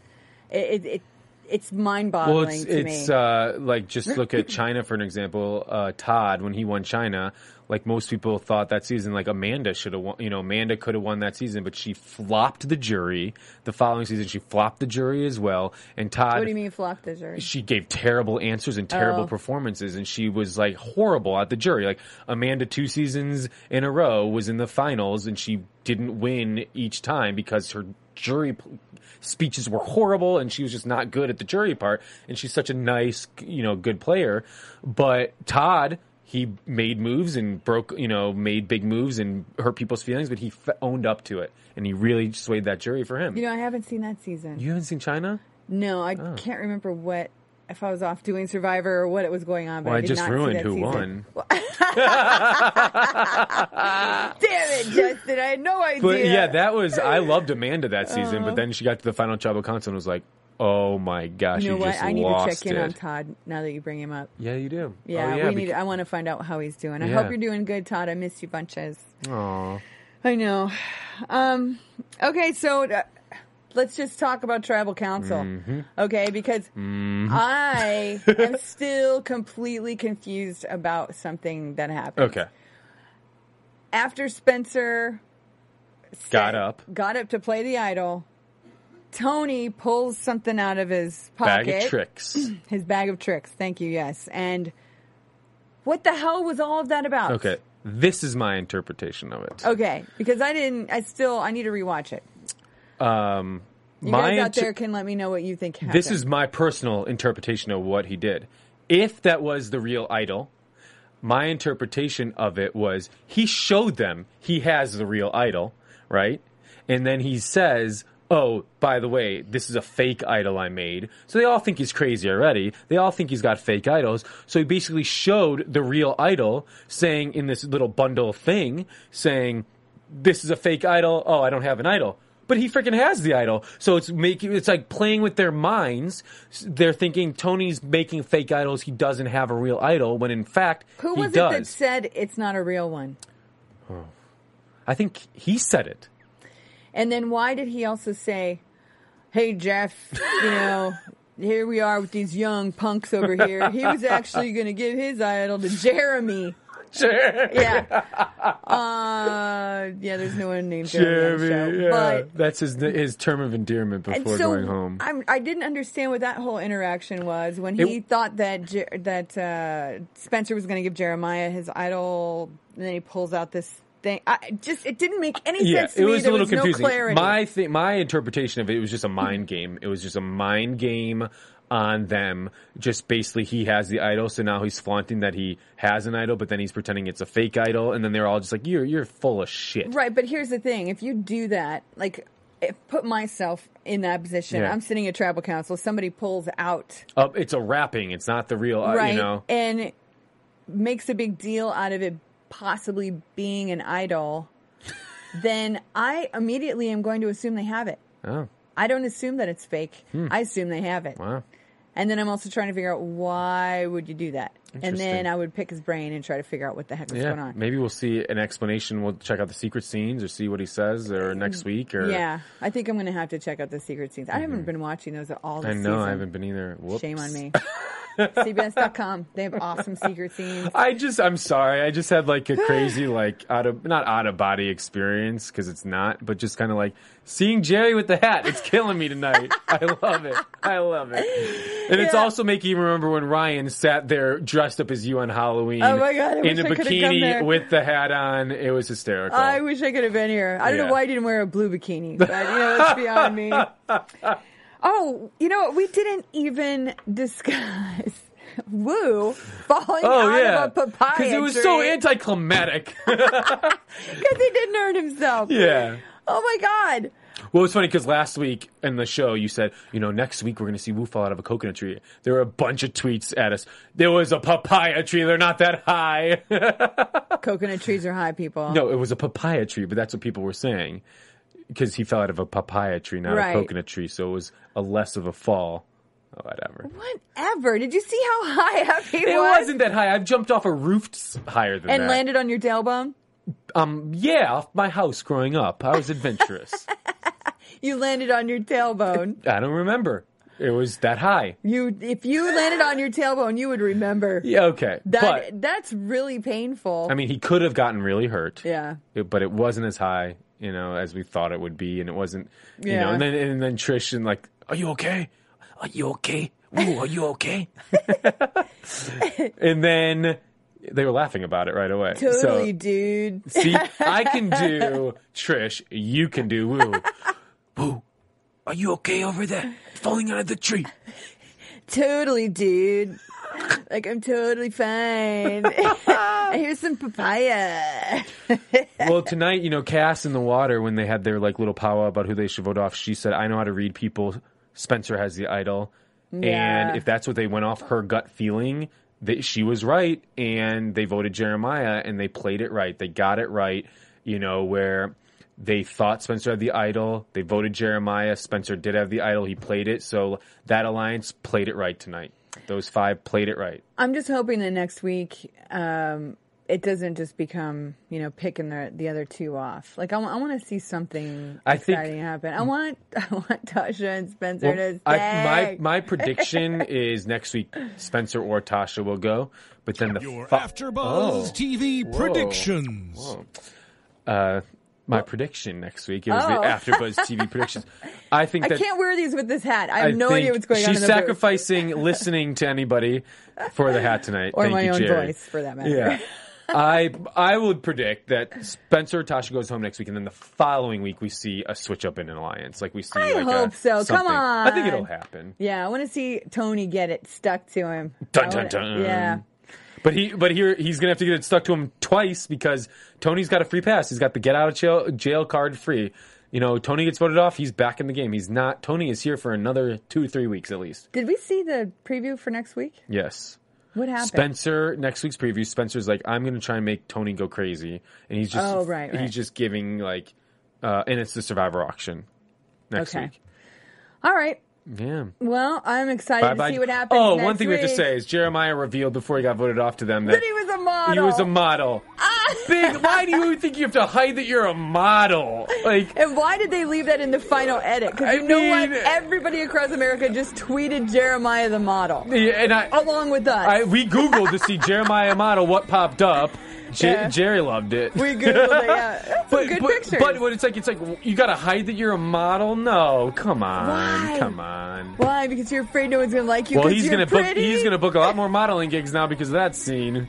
[SPEAKER 4] it, it, it it's mind boggling
[SPEAKER 5] Mm-hmm. Well, it's
[SPEAKER 4] to
[SPEAKER 5] it's
[SPEAKER 4] me.
[SPEAKER 5] uh, like just look at China for an example. Uh, Todd, when he won China, like most people thought that season, like Amanda should have won. You know, Amanda could have won that season, but she flopped the jury. The following season, she flopped the jury as well. And Todd,
[SPEAKER 4] what do you mean flopped the jury?
[SPEAKER 5] she gave terrible answers and
[SPEAKER 4] Oh.
[SPEAKER 5] terrible performances, and she was like horrible at the jury. Like Amanda, two seasons in a row was in the finals, and she didn't win each time because her jury p- speeches were horrible, and she was just not good at the jury part. And she's such a nice, you know, good player. But Todd, he made moves and broke, you know, made big moves and hurt people's feelings, but he f- owned up to it, and he really swayed that jury for him.
[SPEAKER 4] you know, I haven't seen that season.
[SPEAKER 5] you haven't seen China?
[SPEAKER 4] No, I
[SPEAKER 5] Oh.
[SPEAKER 4] can't remember what if I was off doing Survivor or what it was going on. But
[SPEAKER 5] Well,
[SPEAKER 4] I
[SPEAKER 5] I
[SPEAKER 4] did
[SPEAKER 5] just
[SPEAKER 4] not see
[SPEAKER 5] ruined
[SPEAKER 4] that
[SPEAKER 5] who
[SPEAKER 4] season.
[SPEAKER 5] won.
[SPEAKER 4] Damn it, Justin! I had no idea.
[SPEAKER 5] But yeah, that was I loved Amanda that season,
[SPEAKER 4] Uh-huh.
[SPEAKER 5] but then she got to the final Chavo console and was like, "Oh my gosh,
[SPEAKER 4] you
[SPEAKER 5] you,
[SPEAKER 4] know what?
[SPEAKER 5] just
[SPEAKER 4] I need to
[SPEAKER 5] lost
[SPEAKER 4] check in
[SPEAKER 5] it."
[SPEAKER 4] on Todd now that you bring him up.
[SPEAKER 5] yeah, you do.
[SPEAKER 4] Yeah,
[SPEAKER 5] oh, yeah
[SPEAKER 4] we need.
[SPEAKER 5] beca-
[SPEAKER 4] I want to find out how he's doing. I
[SPEAKER 5] Yeah.
[SPEAKER 4] hope you're doing good, Todd. I miss you bunches.
[SPEAKER 5] Aw.
[SPEAKER 4] I know. Um, okay, so uh, let's just talk about tribal council,
[SPEAKER 5] Mm-hmm.
[SPEAKER 4] okay? Because I am still completely confused about something that happened.
[SPEAKER 5] Okay,
[SPEAKER 4] after Spencer
[SPEAKER 5] got up.
[SPEAKER 4] got up to play the idol, Tony pulls something out of his pocket.
[SPEAKER 5] Bag of tricks.
[SPEAKER 4] His bag of tricks. Thank you. Yes. And what the hell was all of that about?
[SPEAKER 5] Okay, this is my interpretation of it.
[SPEAKER 4] Okay. Because I didn't. I still. I need to rewatch it.
[SPEAKER 5] Um,
[SPEAKER 4] You
[SPEAKER 5] my
[SPEAKER 4] guys out
[SPEAKER 5] inter-
[SPEAKER 4] there can let me know what you think. Happened.
[SPEAKER 5] This is my personal interpretation of what he did. If that was the real idol, my interpretation of it was he showed them he has the real idol, right? And then he says, Oh, by the way, this is a fake idol I made. So they all think he's crazy already. They all think he's got fake idols. So he basically showed the real idol, saying in this little bundle thing, saying, This is a fake idol. Oh, I don't have an idol but he freaking has the idol. So it's making it's like playing with their minds. S- They're thinking Tony's making fake idols. He doesn't have a real idol when in fact
[SPEAKER 4] Who
[SPEAKER 5] he
[SPEAKER 4] was it that
[SPEAKER 5] does.
[SPEAKER 4] said it's not a real one?
[SPEAKER 5] I think he said it.
[SPEAKER 4] And then why did he also say, "Hey Jeff, you know, here we are with these young punks over here." He was actually going to give his idol to Jeremy.
[SPEAKER 5] Jeremy.
[SPEAKER 4] Yeah. Uh, yeah. There's no one named Jeremy. on the show,
[SPEAKER 5] yeah.
[SPEAKER 4] But
[SPEAKER 5] That's his his term of endearment
[SPEAKER 4] and
[SPEAKER 5] before
[SPEAKER 4] so
[SPEAKER 5] going home.
[SPEAKER 4] I'm, I didn't understand what that whole interaction was when he
[SPEAKER 5] It-
[SPEAKER 4] thought that Jer- that uh, Spencer was going to give Jeremiah his idol, and then he pulls out this thing. I just it didn't make any
[SPEAKER 5] yeah,
[SPEAKER 4] sense. To
[SPEAKER 5] it
[SPEAKER 4] me.
[SPEAKER 5] was a
[SPEAKER 4] There
[SPEAKER 5] little
[SPEAKER 4] was
[SPEAKER 5] confusing.
[SPEAKER 4] No clarity.
[SPEAKER 5] My thi- my interpretation of it, it was just a mind game. It was just a mind game on them. Just basically, he has the idol, so now he's flaunting that he has an idol, but then he's pretending it's a fake idol, and then they're all just like, "You're you're full of shit."
[SPEAKER 4] Right, but here's the thing: if you do that, like, if, put myself in that position.
[SPEAKER 5] Yeah.
[SPEAKER 4] I'm sitting at tribal council. Somebody pulls out,
[SPEAKER 5] Uh, it's a wrapping. It's not the real. Uh,
[SPEAKER 4] right,
[SPEAKER 5] You know.
[SPEAKER 4] and makes a big deal out of it possibly being an idol. then I immediately am going to assume they have it.
[SPEAKER 5] Oh,
[SPEAKER 4] I don't assume that it's fake.
[SPEAKER 5] Hmm.
[SPEAKER 4] I assume they have it.
[SPEAKER 5] wow.
[SPEAKER 4] And then I'm also trying to figure out why would you do that. And then
[SPEAKER 5] Interesting.
[SPEAKER 4] I would pick his brain and try to figure out what the heck was going
[SPEAKER 5] Yeah.
[SPEAKER 4] on.
[SPEAKER 5] Maybe we'll see an explanation. We'll check out the secret scenes or see what he says, or next week, or
[SPEAKER 4] Mm. Yeah, I think I'm going to have to check out the secret scenes. I haven't been watching those at all. This
[SPEAKER 5] Hmm. I know
[SPEAKER 4] season.
[SPEAKER 5] I haven't been either. Whoops.
[SPEAKER 4] Shame on me. CBS.com. They have awesome secret scenes.
[SPEAKER 5] I just, I'm sorry. I just had like a crazy, like out of not out of body experience because it's not, but just kind of like seeing Jerry with the hat. It's killing me tonight. I love it. I love it. And it's
[SPEAKER 4] Yeah.
[SPEAKER 5] also making you remember when Ryan sat there dressed up as you on Halloween.
[SPEAKER 4] Oh my God, I
[SPEAKER 5] in
[SPEAKER 4] wish
[SPEAKER 5] a
[SPEAKER 4] I could've come
[SPEAKER 5] bikini
[SPEAKER 4] there.
[SPEAKER 5] with the hat on. It was hysterical.
[SPEAKER 4] I wish I could have been here. I don't
[SPEAKER 5] Yeah.
[SPEAKER 4] know why I didn't wear a blue bikini, but you know, it's beyond me. Oh, you know what? We didn't even discuss Woo falling
[SPEAKER 5] Oh
[SPEAKER 4] out
[SPEAKER 5] yeah,
[SPEAKER 4] of a papaya
[SPEAKER 5] it was so
[SPEAKER 4] tree
[SPEAKER 5] anticlimactic.
[SPEAKER 4] 'cause he didn't hurt himself.
[SPEAKER 5] yeah.
[SPEAKER 4] Oh my god.
[SPEAKER 5] Well, it's funny because last week in the show you said, you know, next week we're going to see Wu fall out of a coconut tree. There were a bunch of tweets at us. There was a papaya tree. They're not that high.
[SPEAKER 4] Coconut trees are high, people.
[SPEAKER 5] no, it was a papaya tree, but that's what people were saying because he fell out of a papaya tree, not
[SPEAKER 4] Right.
[SPEAKER 5] a coconut tree. So it was a less of a fall. Oh, whatever.
[SPEAKER 4] Whatever. Did you see how high up he
[SPEAKER 5] It
[SPEAKER 4] was?
[SPEAKER 5] wasn't that high. I've jumped off a roof s- higher than
[SPEAKER 4] and
[SPEAKER 5] that.
[SPEAKER 4] landed on your tailbone.
[SPEAKER 5] um, yeah, off my house growing up. I was adventurous.
[SPEAKER 4] You landed on your tailbone.
[SPEAKER 5] I don't remember. It was that high.
[SPEAKER 4] You, if you landed on your tailbone, you would remember.
[SPEAKER 5] Yeah, okay.
[SPEAKER 4] That
[SPEAKER 5] but
[SPEAKER 4] that's really painful.
[SPEAKER 5] I mean, he could have gotten really hurt.
[SPEAKER 4] yeah.
[SPEAKER 5] It- but it wasn't as high, you know, as we thought it would be, and it wasn't, you know.
[SPEAKER 4] Yeah.
[SPEAKER 5] And then and then Trish and like, are you okay? Are you okay? Ooh, are you okay? and then they were laughing about it right away. So,
[SPEAKER 4] Totally, dude.
[SPEAKER 5] see, I can do Trish. You can do woo. Woo. Are you okay over there? Falling out of the tree.
[SPEAKER 4] Totally, dude. like I'm totally fine. I hear some papaya.
[SPEAKER 5] well, tonight, you know, Cass in the water when they had their like little powwow about who they should vote off, she said, "I know how to read people. Spencer has the idol,
[SPEAKER 4] Yeah.
[SPEAKER 5] and if that's what they went off her gut feeling, that she was right, and they voted Jeremiah, and they played it right. They got it right. You know where." They thought Spencer had the idol. They voted Jeremiah. Spencer did have the idol. He played it. So that alliance played it right tonight. Those five played it right.
[SPEAKER 4] I'm just hoping that next week, um, it doesn't just become you know picking the the other two off. Like I want to see something
[SPEAKER 5] I think-
[SPEAKER 4] exciting happen. I want I want Tasha and Spencer
[SPEAKER 5] Well,
[SPEAKER 4] to
[SPEAKER 5] I, my
[SPEAKER 4] stay.
[SPEAKER 5] my prediction is next week Spencer or Tasha will go, but then the
[SPEAKER 3] Your
[SPEAKER 5] fu-
[SPEAKER 3] AfterBuzz TV predictions.
[SPEAKER 5] uh, my prediction next week it was the
[SPEAKER 4] Oh.
[SPEAKER 5] AfterBuzz TV predictions. I think
[SPEAKER 4] I
[SPEAKER 5] that
[SPEAKER 4] can't wear these with this hat. I have
[SPEAKER 5] I
[SPEAKER 4] no idea
[SPEAKER 5] think
[SPEAKER 4] what's going on.
[SPEAKER 5] She's
[SPEAKER 4] in the booth.
[SPEAKER 5] sacrificing listening to anybody for the hat tonight.
[SPEAKER 4] Or
[SPEAKER 5] Thank
[SPEAKER 4] my
[SPEAKER 5] you,
[SPEAKER 4] own
[SPEAKER 5] Jerry.
[SPEAKER 4] voice, for that matter.
[SPEAKER 5] Yeah. I I would predict that Spencer or Tasha goes home next week, and then the following week we see a switch up in an alliance. Like we see.
[SPEAKER 4] I
[SPEAKER 5] like a
[SPEAKER 4] hope so. Come
[SPEAKER 5] something. I think
[SPEAKER 4] on.
[SPEAKER 5] it'll happen.
[SPEAKER 4] Yeah, I want to see Tony get it stuck to him. I
[SPEAKER 5] Dun dun
[SPEAKER 4] wanna-
[SPEAKER 5] dun.
[SPEAKER 4] Yeah.
[SPEAKER 5] But he, but here he's gonna have to get it stuck to him twice because Tony's got a free pass. He's got the get out of jail, jail card free. You know, Tony gets voted off. He's back in the game. He's not. Tony is here for another two, three weeks at least.
[SPEAKER 4] Did we see the preview for next week?
[SPEAKER 5] Yes.
[SPEAKER 4] What happened?
[SPEAKER 5] Spencer next week's preview. Spencer's like, I'm gonna try and make Tony go crazy, and he's just,
[SPEAKER 4] Oh, right, right.
[SPEAKER 5] he's just giving like, uh, and it's the Survivor auction next
[SPEAKER 4] Okay.
[SPEAKER 5] week.
[SPEAKER 4] All right.
[SPEAKER 5] Yeah.
[SPEAKER 4] Well, I'm excited
[SPEAKER 5] Bye bye.
[SPEAKER 4] to see what happens.
[SPEAKER 5] Oh, one
[SPEAKER 4] next
[SPEAKER 5] thing we have to
[SPEAKER 4] week.
[SPEAKER 5] say is Jeremiah revealed before he got voted off to them
[SPEAKER 4] that he was a model.
[SPEAKER 5] He was a model. Big, why do you think you have to hide that you're a model? Like,
[SPEAKER 4] And why did they leave that in the final edit? Because
[SPEAKER 5] I
[SPEAKER 4] you know what?
[SPEAKER 5] mean-
[SPEAKER 4] Everybody across America just tweeted Jeremiah the model
[SPEAKER 5] yeah, and I,
[SPEAKER 4] along with us.
[SPEAKER 5] I we Googled to see Jeremiah model what popped up. J-
[SPEAKER 4] Yeah.
[SPEAKER 5] Jerry loved it.
[SPEAKER 4] we googled it. Yeah. That's some good
[SPEAKER 5] but,
[SPEAKER 4] pictures.
[SPEAKER 5] but when it's like, it's like you gotta hide that you're a model. No, come on,
[SPEAKER 4] Why?
[SPEAKER 5] come on.
[SPEAKER 4] why? Because you're afraid no one's gonna like you.
[SPEAKER 5] Well,
[SPEAKER 4] 'cause
[SPEAKER 5] he's
[SPEAKER 4] you're
[SPEAKER 5] gonna book.
[SPEAKER 4] pretty.
[SPEAKER 5] He's gonna book a lot more modeling gigs now because of that scene.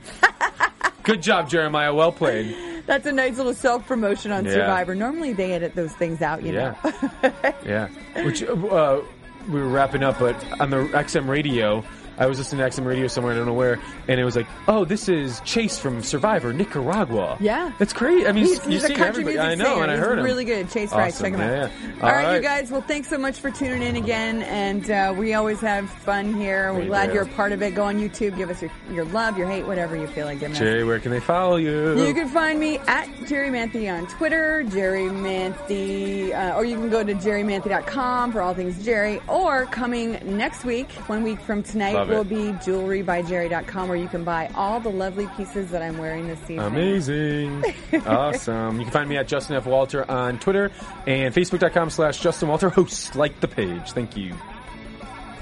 [SPEAKER 5] Good job, Jeremiah. Well played.
[SPEAKER 4] That's a nice little self promotion on
[SPEAKER 5] Yeah.
[SPEAKER 4] Survivor. Normally they edit those things out, you know.
[SPEAKER 5] Yeah. yeah. Which uh, we were wrapping up, but on the XM radio, I was listening to XM radio somewhere, I don't know where, and it was like, oh, this is Chase from Survivor, Nicaragua.
[SPEAKER 4] Yeah.
[SPEAKER 5] That's great. I mean,
[SPEAKER 4] He's,
[SPEAKER 5] you
[SPEAKER 4] he's
[SPEAKER 5] see
[SPEAKER 4] a country music
[SPEAKER 5] everybody. I know,
[SPEAKER 4] singer.
[SPEAKER 5] and I
[SPEAKER 4] he's
[SPEAKER 5] heard him.
[SPEAKER 4] really good. Chase Rice,
[SPEAKER 5] Awesome.
[SPEAKER 4] check him
[SPEAKER 5] Yeah,
[SPEAKER 4] out.
[SPEAKER 5] yeah.
[SPEAKER 4] All right, you
[SPEAKER 5] Alright.
[SPEAKER 4] guys. Well, thanks so much for tuning in again, and uh, we always have fun here. We're
[SPEAKER 5] We
[SPEAKER 4] glad
[SPEAKER 5] do.
[SPEAKER 4] you're a part of it. Go on YouTube, give us your, your love, your hate, whatever you feel like giving us.
[SPEAKER 5] Jerry, where can they follow you?
[SPEAKER 4] You can find me at Jerry Manthe on Twitter, Jerry Manthe, uh, or you can go to jerrymanthe.com for all things Jerry. Or coming next week, one week from tonight,
[SPEAKER 5] Love it.
[SPEAKER 4] will be jewelrybyjerry.com where you can buy all the lovely pieces that I'm wearing this season.
[SPEAKER 5] Amazing. awesome. You can find me at Justin F. Walter on Twitter and Facebook.com slash Justin Walter Host. Like the page. Thank you.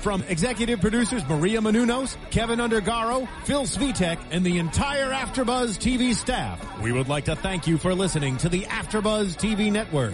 [SPEAKER 3] From executive producers Maria Manunos, Kevin Undergaro, Phil Svitek, and the entire Afterbuzz TV staff, we would like to thank you for listening to the Afterbuzz TV network.